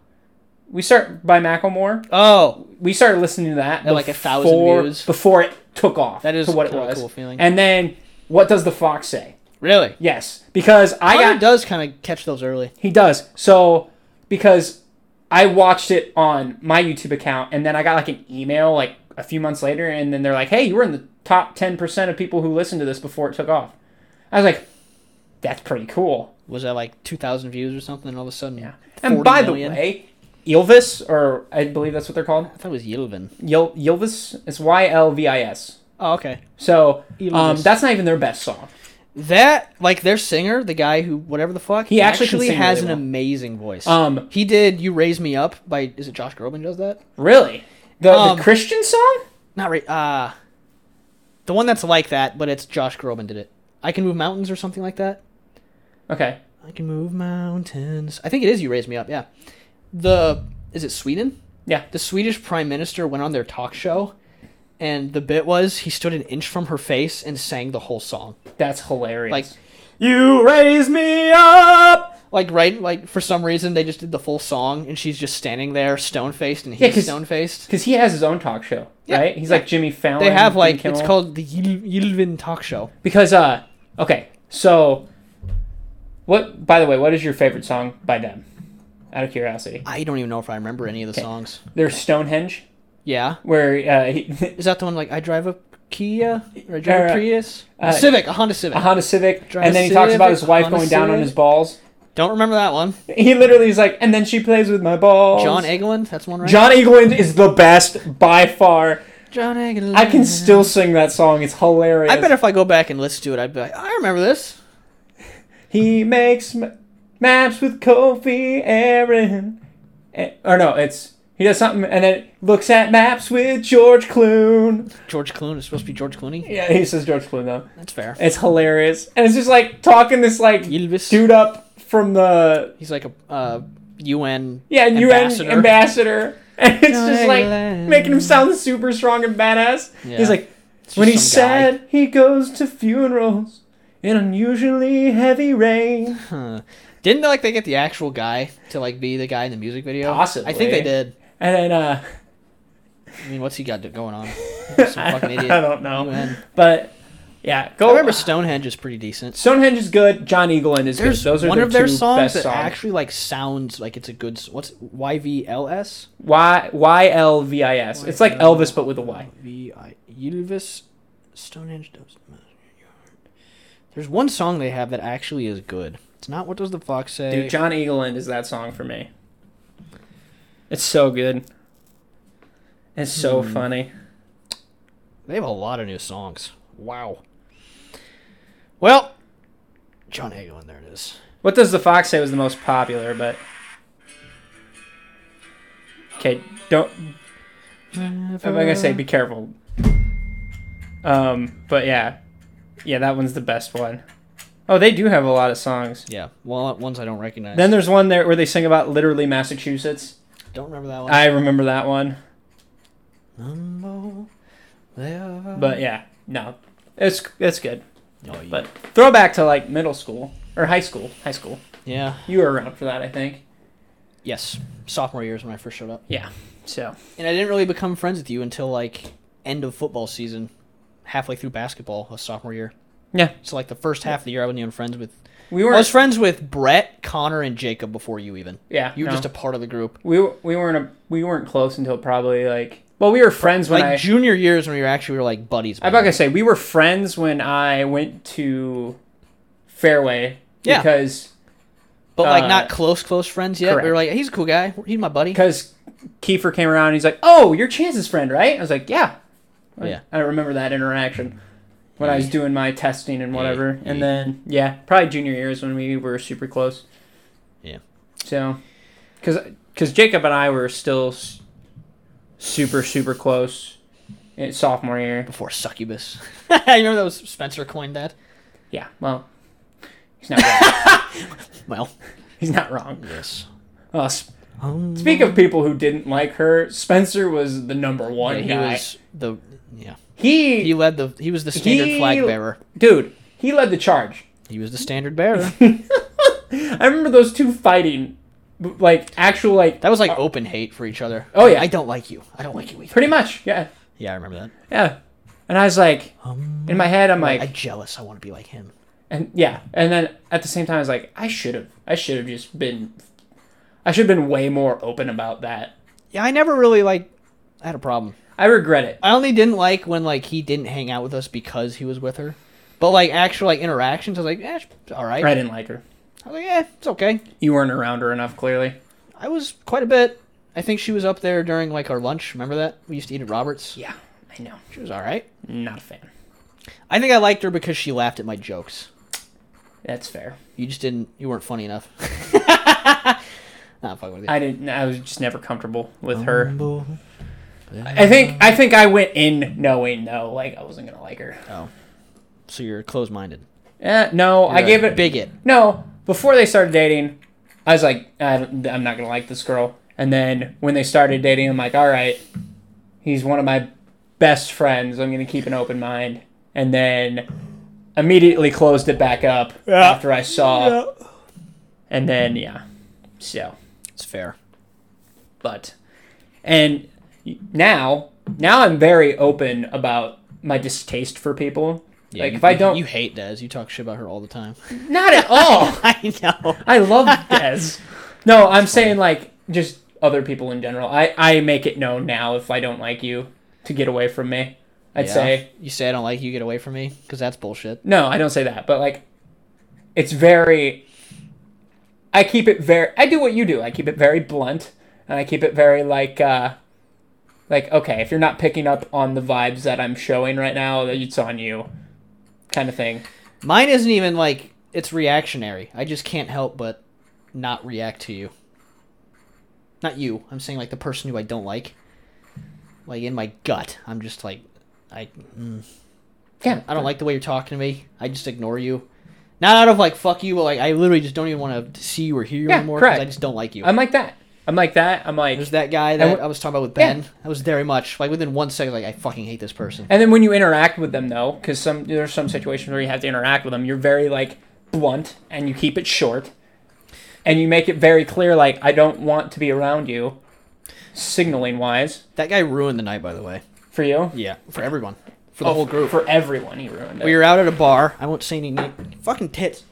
[SPEAKER 1] We start by Macklemore.
[SPEAKER 2] weird. oh,
[SPEAKER 1] We started listening to that
[SPEAKER 2] At like a thousand
[SPEAKER 1] before-
[SPEAKER 2] views.
[SPEAKER 1] before it took off.
[SPEAKER 2] That is
[SPEAKER 1] to what it
[SPEAKER 2] kinda a
[SPEAKER 1] was.
[SPEAKER 2] cool feeling.
[SPEAKER 1] And then what does the fox say?
[SPEAKER 2] really?
[SPEAKER 1] Yes, because I
[SPEAKER 2] Connor
[SPEAKER 1] got
[SPEAKER 2] does kind of catch those early.
[SPEAKER 1] He does. So because I watched it on my YouTube account and then I got like an email like a few months later and then they're like, "Hey, you were in the top 10% of people who listened to this before it took off." I was like, "That's pretty cool."
[SPEAKER 2] Was that like two thousand views or something? And all of a sudden,
[SPEAKER 1] Yeah. And
[SPEAKER 2] 40
[SPEAKER 1] by
[SPEAKER 2] million?
[SPEAKER 1] the way, Ylvis or I believe that's what they're called.
[SPEAKER 2] I thought it was Yelvin.
[SPEAKER 1] Yl- Ylvis, it's Y L V I S.
[SPEAKER 2] Oh, okay.
[SPEAKER 1] So, um,
[SPEAKER 2] Ylvis.
[SPEAKER 1] that's not even their best song.
[SPEAKER 2] That like their singer, the guy who whatever the fuck,
[SPEAKER 1] He actually can sing
[SPEAKER 2] has
[SPEAKER 1] really
[SPEAKER 2] an
[SPEAKER 1] well.
[SPEAKER 2] amazing voice.
[SPEAKER 1] Um,
[SPEAKER 2] he did "You Raise Me Up" by is it Josh Groban does that?
[SPEAKER 1] Really? The,
[SPEAKER 2] Um,
[SPEAKER 1] the Christian song?
[SPEAKER 2] Not right. Uh the one that's like that, but it's Josh Groban did it. I can move mountains or something like that.
[SPEAKER 1] Okay.
[SPEAKER 2] I can move mountains. I think it is "You Raise Me Up." Yeah. The is it Sweden?
[SPEAKER 1] Yeah.
[SPEAKER 2] The Swedish prime minister went on their talk show, and the bit was he stood an inch from her face and sang the whole song.
[SPEAKER 1] That's hilarious.
[SPEAKER 2] Like
[SPEAKER 1] you raise me up.
[SPEAKER 2] like right like for some reason they just did the full song and she's just standing there stone faced and
[SPEAKER 1] Yeah,
[SPEAKER 2] he's
[SPEAKER 1] 'cause-
[SPEAKER 2] stone faced.
[SPEAKER 1] Because he has his own talk show,
[SPEAKER 2] Yeah,
[SPEAKER 1] right? He's
[SPEAKER 2] yeah.
[SPEAKER 1] like Jimmy Fallon.
[SPEAKER 2] They have
[SPEAKER 1] Jimmy
[SPEAKER 2] like it's
[SPEAKER 1] Kimmel.
[SPEAKER 2] called the Yil- Yilvin Talk Show.
[SPEAKER 1] because uh okay so what by the way what is your favorite song by them out of curiosity
[SPEAKER 2] I don't even know if I remember any of the songs.
[SPEAKER 1] their Stonehenge
[SPEAKER 2] Yeah,
[SPEAKER 1] where uh, he,
[SPEAKER 2] is that the one like I drive a Kia or I drive
[SPEAKER 1] Or,
[SPEAKER 2] a
[SPEAKER 1] uh,
[SPEAKER 2] Prius,
[SPEAKER 1] uh,
[SPEAKER 2] Civic, a Honda Civic.
[SPEAKER 1] a Honda Civic
[SPEAKER 2] Drive
[SPEAKER 1] and then he talks about his
[SPEAKER 2] Civic,
[SPEAKER 1] wife
[SPEAKER 2] Honda
[SPEAKER 1] going down on
[SPEAKER 2] Civic.
[SPEAKER 1] his balls
[SPEAKER 2] Don't remember that one.
[SPEAKER 1] he literally is like and then she plays with my balls
[SPEAKER 2] John Eglin, that's one right.
[SPEAKER 1] John Eaglewind is the best by far
[SPEAKER 2] John Eglin.
[SPEAKER 1] I can still sing that song it's hilarious
[SPEAKER 2] I bet if I go back and listen to it, I'd be like, I remember this.
[SPEAKER 1] He makes m- maps with Kofi Aaron. Or no, it's he does something and then looks at maps with George Clooney.
[SPEAKER 2] George Clooney is supposed to be George Clooney.
[SPEAKER 1] Yeah, he says George Clooney though.
[SPEAKER 2] That's fair.
[SPEAKER 1] It's hilarious, and it's just like talking this like
[SPEAKER 2] Yilvis.
[SPEAKER 1] dude up from the
[SPEAKER 2] He's like a uh, UN.
[SPEAKER 1] yeah
[SPEAKER 2] ambassador.
[SPEAKER 1] UN ambassador, and it's just like
[SPEAKER 2] Thailand.
[SPEAKER 1] making him sound super strong and badass.
[SPEAKER 2] Yeah.
[SPEAKER 1] He's like
[SPEAKER 2] It's just
[SPEAKER 1] when he's
[SPEAKER 2] some guy.
[SPEAKER 1] sad, he goes to funerals in unusually heavy rain.
[SPEAKER 2] Huh. Didn't like they get the actual guy to like be the guy in the music video?
[SPEAKER 1] Possibly.
[SPEAKER 2] I think they did.
[SPEAKER 1] And then uh,
[SPEAKER 2] I mean, what's he got going on? He's Some fucking idiot.
[SPEAKER 1] I don't know.
[SPEAKER 2] UN.
[SPEAKER 1] But yeah, go.
[SPEAKER 2] I remember Stonehenge is pretty decent.
[SPEAKER 1] Stonehenge is good. John Eaglein is
[SPEAKER 2] There's
[SPEAKER 1] good. Those are
[SPEAKER 2] one
[SPEAKER 1] their
[SPEAKER 2] of their
[SPEAKER 1] two
[SPEAKER 2] songs
[SPEAKER 1] best
[SPEAKER 2] that
[SPEAKER 1] songs.
[SPEAKER 2] actually like sounds like it's a good. s- What's YVLS?
[SPEAKER 1] Y Y L V I S. It's like Elvis but with a Y.
[SPEAKER 2] V I Elvis Stonehenge does. There's one song they have that actually is good. It's not what does the fox say?
[SPEAKER 1] Dude, John Eaglein is that song for me. It's so good. It's so
[SPEAKER 2] Hmm.
[SPEAKER 1] funny.
[SPEAKER 2] They have a lot of new songs. Wow. Well, John Hagelin, there it is.
[SPEAKER 1] What does the fox say was the most popular? But okay, don't.
[SPEAKER 2] I'm
[SPEAKER 1] I'm gonna say
[SPEAKER 2] Mm.
[SPEAKER 1] be careful. Um, but yeah, yeah, that one's the best one. Oh, they do have a lot of songs.
[SPEAKER 2] Yeah, well, ones I don't recognize.
[SPEAKER 1] Then there's one there where they sing about literally Massachusetts.
[SPEAKER 2] don't remember that one.
[SPEAKER 1] I remember that one,
[SPEAKER 2] Number eleven.
[SPEAKER 1] but yeah, no, it's it's good.
[SPEAKER 2] Oh, you-
[SPEAKER 1] But throwback to like middle school or high school, high school.
[SPEAKER 2] yeah,
[SPEAKER 1] You were around for that, I think.
[SPEAKER 2] yes, sophomore years when I first showed up,
[SPEAKER 1] Yeah. So
[SPEAKER 2] and I didn't really become friends with you until like end of football season, halfway through basketball of sophomore year.
[SPEAKER 1] yeah,
[SPEAKER 2] So like the first half of the year, I wasn't even friends with.
[SPEAKER 1] we
[SPEAKER 2] I
[SPEAKER 1] weren't.
[SPEAKER 2] was friends with Brett, Connor, and Jacob before you even.
[SPEAKER 1] yeah,
[SPEAKER 2] You were
[SPEAKER 1] no.
[SPEAKER 2] just a part of the group.
[SPEAKER 1] we were- we weren't a, we weren't close until probably like well we were friends when
[SPEAKER 2] Like
[SPEAKER 1] I
[SPEAKER 2] junior years when we were actually we were like buddies.
[SPEAKER 1] I'm
[SPEAKER 2] man.
[SPEAKER 1] about to say we were friends when I went to Fairway
[SPEAKER 2] Yeah.
[SPEAKER 1] because
[SPEAKER 2] but like
[SPEAKER 1] Uh,
[SPEAKER 2] not close close friends yet. We were like, he's a cool guy. He's my buddy.
[SPEAKER 1] because Kiefer came around and he's like, "Oh, you're Chance's friend, right?" I was like, "Yeah."
[SPEAKER 2] Yeah.
[SPEAKER 1] I remember that interaction. when I was doing my testing and whatever. And then, yeah, probably junior year is when we were super close.
[SPEAKER 2] Yeah.
[SPEAKER 1] So, because Jacob and I were still s- super, super close in sophomore year.
[SPEAKER 2] Before succubus. you remember that was Spencer coined that?
[SPEAKER 1] Yeah, well, he's not wrong.
[SPEAKER 2] Well,
[SPEAKER 1] he's not wrong.
[SPEAKER 2] yes.
[SPEAKER 1] Uh, s-
[SPEAKER 2] um,
[SPEAKER 1] speak of people who didn't like her, Spencer was the number one
[SPEAKER 2] Yeah, he
[SPEAKER 1] guy.
[SPEAKER 2] was the yeah.
[SPEAKER 1] he,
[SPEAKER 2] He led the he was the standard
[SPEAKER 1] He-
[SPEAKER 2] flag bearer.
[SPEAKER 1] dude, he led the charge.
[SPEAKER 2] He was the standard bearer.
[SPEAKER 1] I remember those two fighting, b- like actual like
[SPEAKER 2] That was like open hate for each other.
[SPEAKER 1] Oh, yeah.
[SPEAKER 2] I don't like you. I don't like you either.
[SPEAKER 1] pretty much, yeah,
[SPEAKER 2] Yeah, I remember that.
[SPEAKER 1] yeah. And I was like,
[SPEAKER 2] Um,
[SPEAKER 1] in my head, I'm
[SPEAKER 2] I
[SPEAKER 1] like,
[SPEAKER 2] jealous. I want to be like him.
[SPEAKER 1] and yeah, and then at the same time, I was like, I should have, I should have just been, I should have been way more open about that.
[SPEAKER 2] Yeah, I never really like had a problem.
[SPEAKER 1] I regret it.
[SPEAKER 2] I only didn't like when like he didn't hang out with us because he was with her. But like actual like interactions, I was like, eh, it's all right.
[SPEAKER 1] I didn't like her.
[SPEAKER 2] I was like, eh, it's okay.
[SPEAKER 1] You weren't around her enough, clearly.
[SPEAKER 2] I was quite a bit. I think she was up there during like our lunch. Remember that we used to eat at Roberts.
[SPEAKER 1] Yeah, I know.
[SPEAKER 2] She was all right.
[SPEAKER 1] Not a fan.
[SPEAKER 2] I think I liked her because she laughed at my jokes.
[SPEAKER 1] That's fair.
[SPEAKER 2] You just didn't. You weren't funny enough. nah, I'm fucking with you.
[SPEAKER 1] I didn't. I was just never comfortable with her. I think. I think I went in knowing though, like I wasn't gonna like her.
[SPEAKER 2] Oh, so you're closed-minded.
[SPEAKER 1] Eh, no, I
[SPEAKER 2] You're a
[SPEAKER 1] gave it.
[SPEAKER 2] bigot.
[SPEAKER 1] No, before they started dating, I was like, I don't, I'm not gonna like this girl. And then when they started dating, I'm like, all right, he's one of my best friends. I'm gonna keep an open mind. And then immediately closed it back up
[SPEAKER 2] Yeah.
[SPEAKER 1] after I saw. And then yeah, so
[SPEAKER 2] It's fair.
[SPEAKER 1] but and now now I'm very open about my distaste for people. like
[SPEAKER 2] you-
[SPEAKER 1] if I
[SPEAKER 2] you-
[SPEAKER 1] don't,
[SPEAKER 2] you hate Des. You talk shit about her all the time.
[SPEAKER 1] not at all.
[SPEAKER 2] I know.
[SPEAKER 1] I love Dez. No, I'm saying like just other people in general. I I make it known now if I don't like you to get away from me. I'd say
[SPEAKER 2] you say I don't like you. Get away from me, because that's bullshit.
[SPEAKER 1] no. I don't say that, but like it's very. I keep it very. I do what you do. I keep it very blunt, and I keep it very like. uh like okay, if you're not picking up on the vibes that I'm showing right now, it's on you, kind of thing.
[SPEAKER 2] Mine isn't even like it's reactionary. I just can't help but not react to you. Not you. I'm saying like the person who I don't like. Like in my gut, I'm just like, I mm.
[SPEAKER 1] Yeah,
[SPEAKER 2] I don't like the way you're talking to me. I just ignore you. Not out of like fuck you, but like I literally just don't even want to see you or hear you
[SPEAKER 1] Yeah,
[SPEAKER 2] anymore because I
[SPEAKER 1] correct.
[SPEAKER 2] just don't like you.
[SPEAKER 1] I'm like that. I'm like that. I'm like
[SPEAKER 2] There's that guy
[SPEAKER 1] And
[SPEAKER 2] that
[SPEAKER 1] wh-
[SPEAKER 2] I was talking about with
[SPEAKER 1] Yeah.
[SPEAKER 2] Ben. I was very much like within one second, like I fucking hate this person.
[SPEAKER 1] And then when you interact with them, though, because some there's some situations where you have to interact with them, you're very like blunt and you keep it short, and you make it very clear, like I don't want to be around you, signaling wise
[SPEAKER 2] That guy ruined the night, by the way.
[SPEAKER 1] for you,
[SPEAKER 2] Yeah, for everyone, Oh, for the whole
[SPEAKER 1] f-
[SPEAKER 2] group.
[SPEAKER 1] for everyone. He ruined it.
[SPEAKER 2] we were out at a bar. I won't say any na- fucking tits.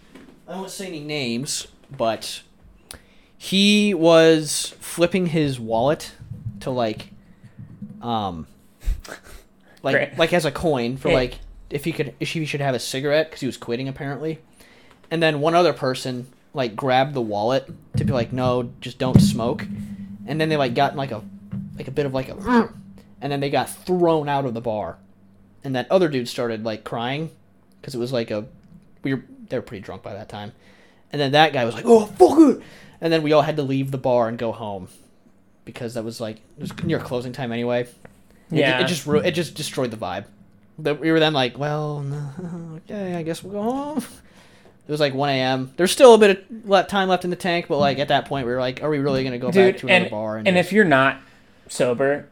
[SPEAKER 2] I won't say any names, but he was flipping his wallet to like, um, like
[SPEAKER 1] Great.
[SPEAKER 2] like as a coin for
[SPEAKER 1] Hey.
[SPEAKER 2] like if he could if he should have a cigarette because he was quitting apparently, and then one other person like grabbed the wallet to be like no just don't smoke, and then they like got in, like a like a bit of like a, and then they got thrown out of the bar and that other dude started like crying because it was like a we were they were pretty drunk by that time and then that guy was like oh fuck it and then we all had to leave the bar and go home because that was like it was near closing time anyway And
[SPEAKER 1] yeah,
[SPEAKER 2] it, it just ru- it just destroyed the vibe That- we were then like well no, okay i guess we'll go home it was like 1 a.m there's still a bit of le- time left in the tank but like at that point we were like are we really gonna go back
[SPEAKER 1] dude.
[SPEAKER 2] to another
[SPEAKER 1] And,
[SPEAKER 2] bar
[SPEAKER 1] and if you're not sober,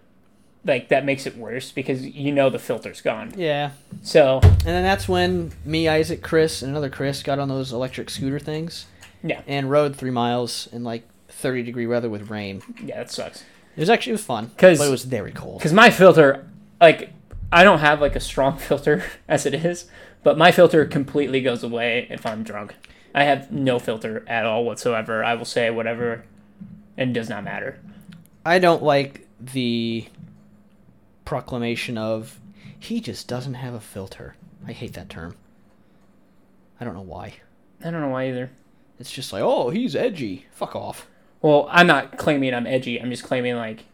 [SPEAKER 1] like that makes it worse because you know the filter's gone.
[SPEAKER 2] yeah
[SPEAKER 1] So
[SPEAKER 2] And then that's when me, Isaac, Chris, and another Chris got on those electric scooter things.
[SPEAKER 1] Yeah.
[SPEAKER 2] And rode three miles in like 30 degree weather with rain.
[SPEAKER 1] yeah, that sucks.
[SPEAKER 2] It was actually it was fun,
[SPEAKER 1] 'Cause-
[SPEAKER 2] but it was very cold.
[SPEAKER 1] Because my filter, like, I don't have like a strong filter as it is, but my filter completely goes away if I'm drunk. I have no filter at all whatsoever. I will say whatever, and it does not matter.
[SPEAKER 2] I don't like the proclamation of he just doesn't have a filter. I hate that term. I don't know why.
[SPEAKER 1] I don't know why either.
[SPEAKER 2] It's just like, oh, he's edgy. Fuck off.
[SPEAKER 1] Well, I'm not claiming I'm edgy. I'm just claiming like,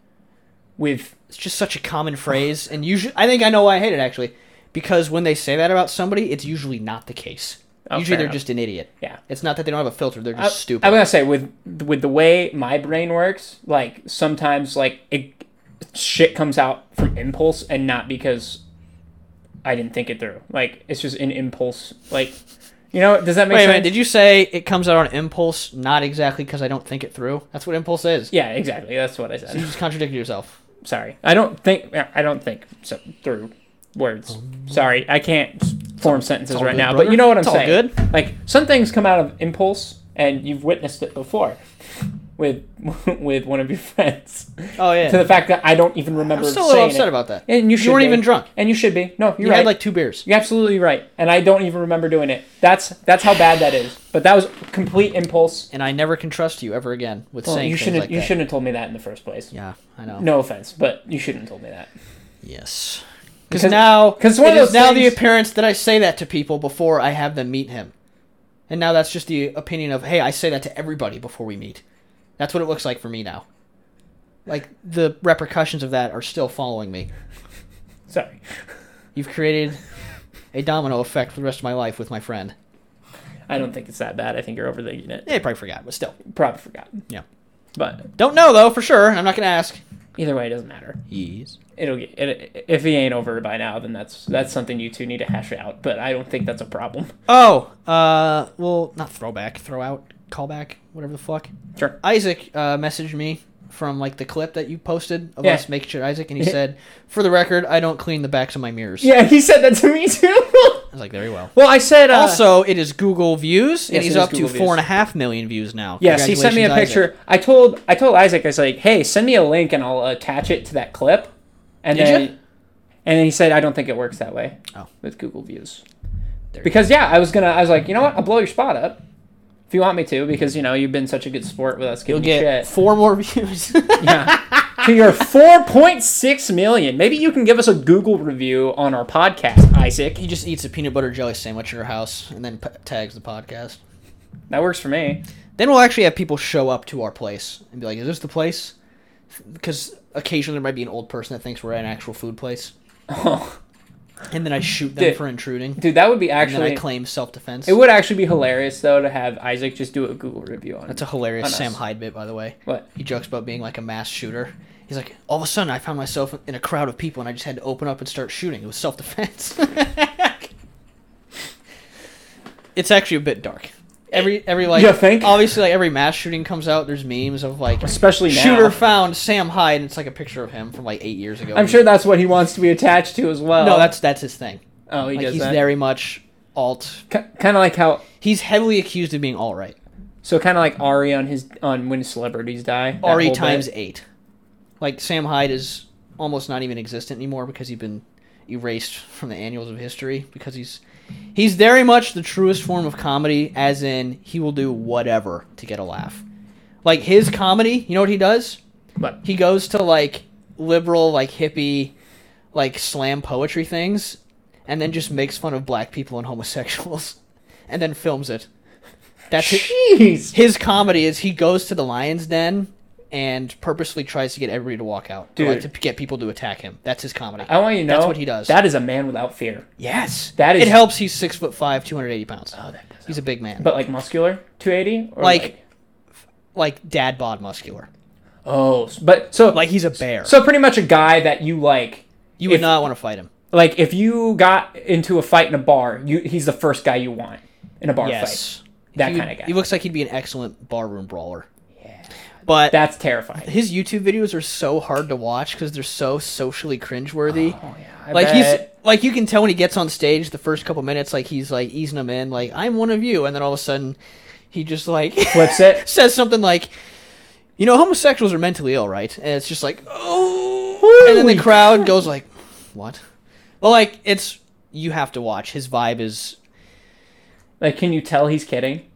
[SPEAKER 1] with
[SPEAKER 2] It's just such a common phrase, and usually I think I know why I hate it actually, because when they say that about somebody, it's usually not the case.
[SPEAKER 1] Oh,
[SPEAKER 2] usually
[SPEAKER 1] fair
[SPEAKER 2] they're
[SPEAKER 1] enough.
[SPEAKER 2] just an idiot.
[SPEAKER 1] Yeah.
[SPEAKER 2] It's not that they don't have a filter; they're
[SPEAKER 1] I-
[SPEAKER 2] just stupid.
[SPEAKER 1] I'm gonna say with with the way my brain works, like sometimes like it shit comes out from impulse and not because I didn't think it through. Like it's just an impulse. Like you know, does that make
[SPEAKER 2] Wait a
[SPEAKER 1] sense?
[SPEAKER 2] minute, did you say it comes out on impulse? Not exactly because I don't think it through. That's what impulse is.
[SPEAKER 1] yeah, exactly. That's what I
[SPEAKER 2] You
[SPEAKER 1] said.
[SPEAKER 2] just contradicted yourself.
[SPEAKER 1] Sorry, I don't think I don't think so through words. Sorry, I can't form sentences
[SPEAKER 2] all
[SPEAKER 1] right
[SPEAKER 2] good,
[SPEAKER 1] now. But
[SPEAKER 2] brother.
[SPEAKER 1] you know what I'm
[SPEAKER 2] It's all
[SPEAKER 1] saying.
[SPEAKER 2] good.
[SPEAKER 1] Like some things come out of impulse, and you've witnessed it before with with one of your friends.
[SPEAKER 2] Oh yeah.
[SPEAKER 1] to the fact that I don't even
[SPEAKER 2] I'm
[SPEAKER 1] remember.
[SPEAKER 2] still a little
[SPEAKER 1] saying it.
[SPEAKER 2] upset about that.
[SPEAKER 1] And you, should
[SPEAKER 2] weren't
[SPEAKER 1] be.
[SPEAKER 2] even drunk.
[SPEAKER 1] And you should be. No, you're
[SPEAKER 2] you
[SPEAKER 1] right.
[SPEAKER 2] had like two beers.
[SPEAKER 1] you're absolutely right. And I don't even remember doing it. That's that's how bad that is. But that was complete impulse.
[SPEAKER 2] And I never can trust you ever again with
[SPEAKER 1] Well,
[SPEAKER 2] saying
[SPEAKER 1] you
[SPEAKER 2] things
[SPEAKER 1] shouldn't
[SPEAKER 2] like
[SPEAKER 1] you
[SPEAKER 2] that.
[SPEAKER 1] shouldn't have told me that in the first place.
[SPEAKER 2] Yeah, I know.
[SPEAKER 1] No offense, but you shouldn't have told me that.
[SPEAKER 2] Yes. Because
[SPEAKER 1] Because-
[SPEAKER 2] now,
[SPEAKER 1] 'cause it's
[SPEAKER 2] because
[SPEAKER 1] one of those
[SPEAKER 2] now the
[SPEAKER 1] things-
[SPEAKER 2] appearance that I say that to people before I have them meet him, and now that's just the opinion of hey, I say that to everybody before we meet. That's what it looks like for me now. Like the repercussions of that are still following me.
[SPEAKER 1] Sorry.
[SPEAKER 2] You've created a domino effect for the rest of my life with my friend.
[SPEAKER 1] I don't think it's that bad. I think you're overthinking it.
[SPEAKER 2] They probably forgot, but still,
[SPEAKER 1] Probably forgotten.
[SPEAKER 2] yeah.
[SPEAKER 1] But
[SPEAKER 2] Don't know though for sure. and I'm not gonna ask.
[SPEAKER 1] either way, it doesn't matter.
[SPEAKER 2] Yes.
[SPEAKER 1] It'll get it, if he ain't over by now, then that's that's something you two need to hash out. But I don't think that's a problem.
[SPEAKER 2] Oh, uh, well, not throwback, throw out, callback, whatever the fuck.
[SPEAKER 1] Sure.
[SPEAKER 2] Isaac uh, messaged me from like the clip that you posted of
[SPEAKER 1] Yeah.
[SPEAKER 2] us making shit Isaac, and he said, "For the record, I don't clean the backs of my mirrors."
[SPEAKER 1] Yeah, he said that to me too.
[SPEAKER 2] I was like, "Very well."
[SPEAKER 1] well, I said uh,
[SPEAKER 2] also, it is Google
[SPEAKER 1] Yes,
[SPEAKER 2] views, and he's
[SPEAKER 1] it is
[SPEAKER 2] up to
[SPEAKER 1] Google
[SPEAKER 2] four and
[SPEAKER 1] views.
[SPEAKER 2] a half million views now.
[SPEAKER 1] Yes, he sent me a
[SPEAKER 2] Congratulations, Isaac.
[SPEAKER 1] picture. I told I told Isaac I was like, "Hey, send me a link and I'll attach it to that clip." And
[SPEAKER 2] Did
[SPEAKER 1] then
[SPEAKER 2] ya?
[SPEAKER 1] and then he said, "I don't think it works that way."
[SPEAKER 2] Oh.
[SPEAKER 1] With Google Views.
[SPEAKER 2] There you
[SPEAKER 1] Because yeah, I was going to I was like, "You know what? I'll blow your spot up if you want me to because you know, you've been such a good sport with us
[SPEAKER 2] You'll
[SPEAKER 1] giving you
[SPEAKER 2] get
[SPEAKER 1] shit."
[SPEAKER 2] four more views.
[SPEAKER 1] yeah. To your 4.6 million. Maybe you can give us a Google review on our podcast, Isaac.
[SPEAKER 2] he just eats a peanut butter jelly sandwich at our house, and then p- tags the podcast.
[SPEAKER 1] That works for me.
[SPEAKER 2] Then we'll actually have people show up to our place and be like, "Is this the place?" Because occasionally there might be an old person that thinks we're at an actual food place,
[SPEAKER 1] Oh,
[SPEAKER 2] and then I shoot them
[SPEAKER 1] Dude.
[SPEAKER 2] for intruding.
[SPEAKER 1] dude, that would be
[SPEAKER 2] And then I
[SPEAKER 1] actually
[SPEAKER 2] claim self defense.
[SPEAKER 1] It would actually be hilarious though to have Isaac just do a Google review on
[SPEAKER 2] That's a hilarious
[SPEAKER 1] on us.
[SPEAKER 2] Sam Hyde bit, by the way.
[SPEAKER 1] What?
[SPEAKER 2] He jokes about being like a mass shooter. He's like, all of a sudden, I found myself in a crowd of people, and I just had to open up and start shooting. It was self defense. it's actually a bit dark. Every every like
[SPEAKER 1] You think?
[SPEAKER 2] obviously like every mass shooting comes out. There's memes of like
[SPEAKER 1] Especially now.
[SPEAKER 2] shooter found Sam Hyde, and it's like a picture of him from like eight years ago.
[SPEAKER 1] I'm sure that's what he wants to be attached to as well.
[SPEAKER 2] no, that's that's his thing.
[SPEAKER 1] oh, he
[SPEAKER 2] Like
[SPEAKER 1] does
[SPEAKER 2] he's
[SPEAKER 1] that.
[SPEAKER 2] very much alt.
[SPEAKER 1] kind of like how
[SPEAKER 2] He's heavily accused of being alt right.
[SPEAKER 1] so kind of like Ari on his on when celebrities die. that
[SPEAKER 2] RE
[SPEAKER 1] whole
[SPEAKER 2] E times
[SPEAKER 1] bit.
[SPEAKER 2] eight. Like Sam Hyde is almost not even existent anymore because he's been erased from the annuals of history because he's he's very much the truest form of comedy as in he will do whatever to get a laugh. Like his comedy, you know what he does?
[SPEAKER 1] But
[SPEAKER 2] He goes to like liberal, like hippie, like slam poetry things and then just makes fun of black people and homosexuals and then films it. That's it
[SPEAKER 1] jeez,
[SPEAKER 2] his comedy is he goes to the lion's den and purposely tries to get everybody to walk out, Or, like, to
[SPEAKER 1] Dude.
[SPEAKER 2] p- get people to attack him. That's his comedy.
[SPEAKER 1] I want you to know
[SPEAKER 2] That's what he does.
[SPEAKER 1] That is a man without fear.
[SPEAKER 2] yes,
[SPEAKER 1] that is-
[SPEAKER 2] It helps. He's six foot five, two hundred eighty pounds.
[SPEAKER 1] Oh, that does.
[SPEAKER 2] He's a big man,
[SPEAKER 1] But like muscular, 280 or
[SPEAKER 2] Like- like dad bod muscular.
[SPEAKER 1] oh, s- but so
[SPEAKER 2] Like he's a bear.
[SPEAKER 1] so pretty much a guy that you like.
[SPEAKER 2] you would
[SPEAKER 1] if-
[SPEAKER 2] not want to fight him.
[SPEAKER 1] Like if you got into a fight in a bar, you he's the first guy you want in a bar
[SPEAKER 2] Yes,
[SPEAKER 1] That
[SPEAKER 2] He-
[SPEAKER 1] kinda guy.
[SPEAKER 2] He looks like he'd be an excellent barroom brawler. But
[SPEAKER 1] fight. That's terrifying.
[SPEAKER 2] his YouTube videos are so hard to watch because they're so socially cringeworthy.
[SPEAKER 1] Oh yeah, I
[SPEAKER 2] like
[SPEAKER 1] bet.
[SPEAKER 2] he's like you can tell when he gets on stage the first couple minutes like he's like easing them in like i'm one of you and then all of a sudden he just like
[SPEAKER 1] flips it.
[SPEAKER 2] says something like you know homosexuals are mentally ill right and it's just like oh and then
[SPEAKER 1] Holy
[SPEAKER 2] the crowd goes like what well like it's you have to watch his vibe is
[SPEAKER 1] Like, can you tell he's kidding,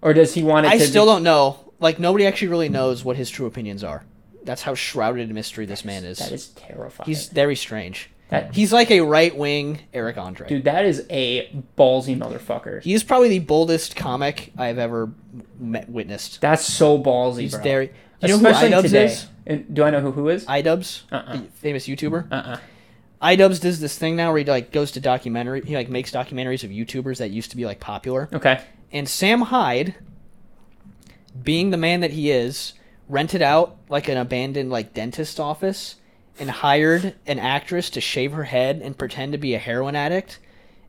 [SPEAKER 1] or does he want it?
[SPEAKER 2] i
[SPEAKER 1] to
[SPEAKER 2] still
[SPEAKER 1] be-
[SPEAKER 2] don't know like nobody actually really knows what his true opinions are that's how shrouded in mystery this man is,
[SPEAKER 1] That is terrifying.
[SPEAKER 2] he's very strange
[SPEAKER 1] That-
[SPEAKER 2] he's like a right-wing eric andre
[SPEAKER 1] Dude, that is a ballsy motherfucker.
[SPEAKER 2] He is probably the boldest comic I've ever met, witnessed.
[SPEAKER 1] That's so ballsy,
[SPEAKER 2] He's
[SPEAKER 1] bro.
[SPEAKER 2] there. You know who
[SPEAKER 1] Especially
[SPEAKER 2] Idubs
[SPEAKER 1] today.
[SPEAKER 2] is?
[SPEAKER 1] And do I know who who is?
[SPEAKER 2] Idubs,
[SPEAKER 1] Uh-uh.
[SPEAKER 2] the famous YouTuber.
[SPEAKER 1] Uh-uh.
[SPEAKER 2] iDubbbz does this thing now where he like goes to documentary. He like makes documentaries of YouTubers that used to be like popular.
[SPEAKER 1] Okay.
[SPEAKER 2] And Sam Hyde, being the man that he is, rented out like an abandoned like dentist office and hired an actress to shave her head and pretend to be a heroin addict.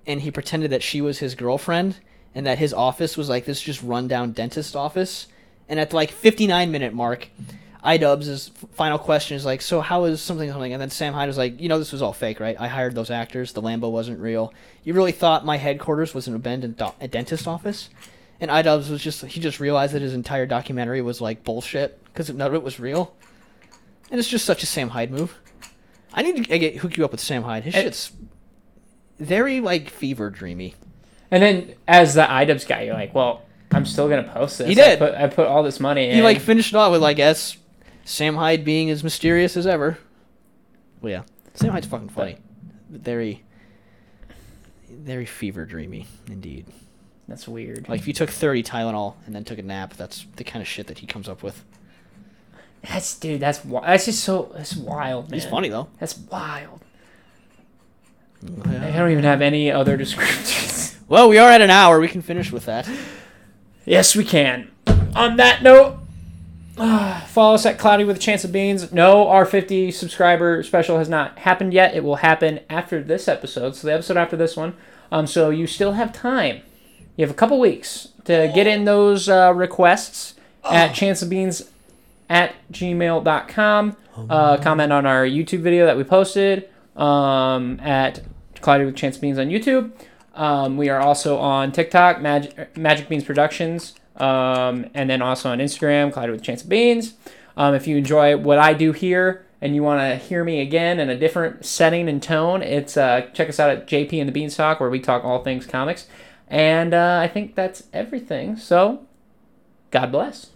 [SPEAKER 2] And he pretended that she was his girlfriend and that his office was like this just rundown dentist office. And at the like 59 minute mark, iDubbbz's final question is like, so how is something something? And then Sam Hyde was like, you know, this was all fake, right? I hired those actors. The Lambo wasn't real. You really thought my headquarters was an abandoned do- a dentist office? And iDubbbz was just he just realized that his entire documentary was like bullshit because none of it was real. And it's just such a Sam Hyde move. I need to I get hook you up with Sam Hyde. His
[SPEAKER 1] And-
[SPEAKER 2] shit's very like fever dreamy.
[SPEAKER 1] And then as the iDubbbz guy, you're like, well, I'm still gonna post this.
[SPEAKER 2] He
[SPEAKER 1] I
[SPEAKER 2] did.
[SPEAKER 1] put, I put all this money.
[SPEAKER 2] He
[SPEAKER 1] in.
[SPEAKER 2] like finished it off with like S Sam Hyde being as mysterious as ever. Well yeah. Sam Hyde's fucking funny. Very very fever dreamy indeed.
[SPEAKER 1] that's weird.
[SPEAKER 2] Like if you took thirty Tylenol and then took a nap, that's the kind of shit that he comes up with.
[SPEAKER 1] That's dude. That's wi- that's just so that's wild. Man.
[SPEAKER 2] He's funny though.
[SPEAKER 1] That's wild. I don't even have any other descriptors.
[SPEAKER 2] Well, we are at an hour. We can finish with that.
[SPEAKER 1] yes, we can. On that note, ah, follow us at Cloudy with a Chance of Beans. No, our 50 subscriber special has not happened yet. It will happen after this episode, so the episode after this one. Um, so you still have time. You have a couple weeks to get in those uh, requests at chanceofbeans at gmail.com. Uh, comment on our YouTube video that we posted um, at Cloudy with Chance Beans on YouTube. Um, we are also on TikTok, Mag- Magic Beans Productions, um, and then also on Instagram, Cloudy with Chance of Beans. Um, if you enjoy what I do here and you want to hear me again in a different setting and tone, it's uh, check us out at JP and the Beanstalk, where we talk all things comics. And uh, I think that's everything. So, God bless.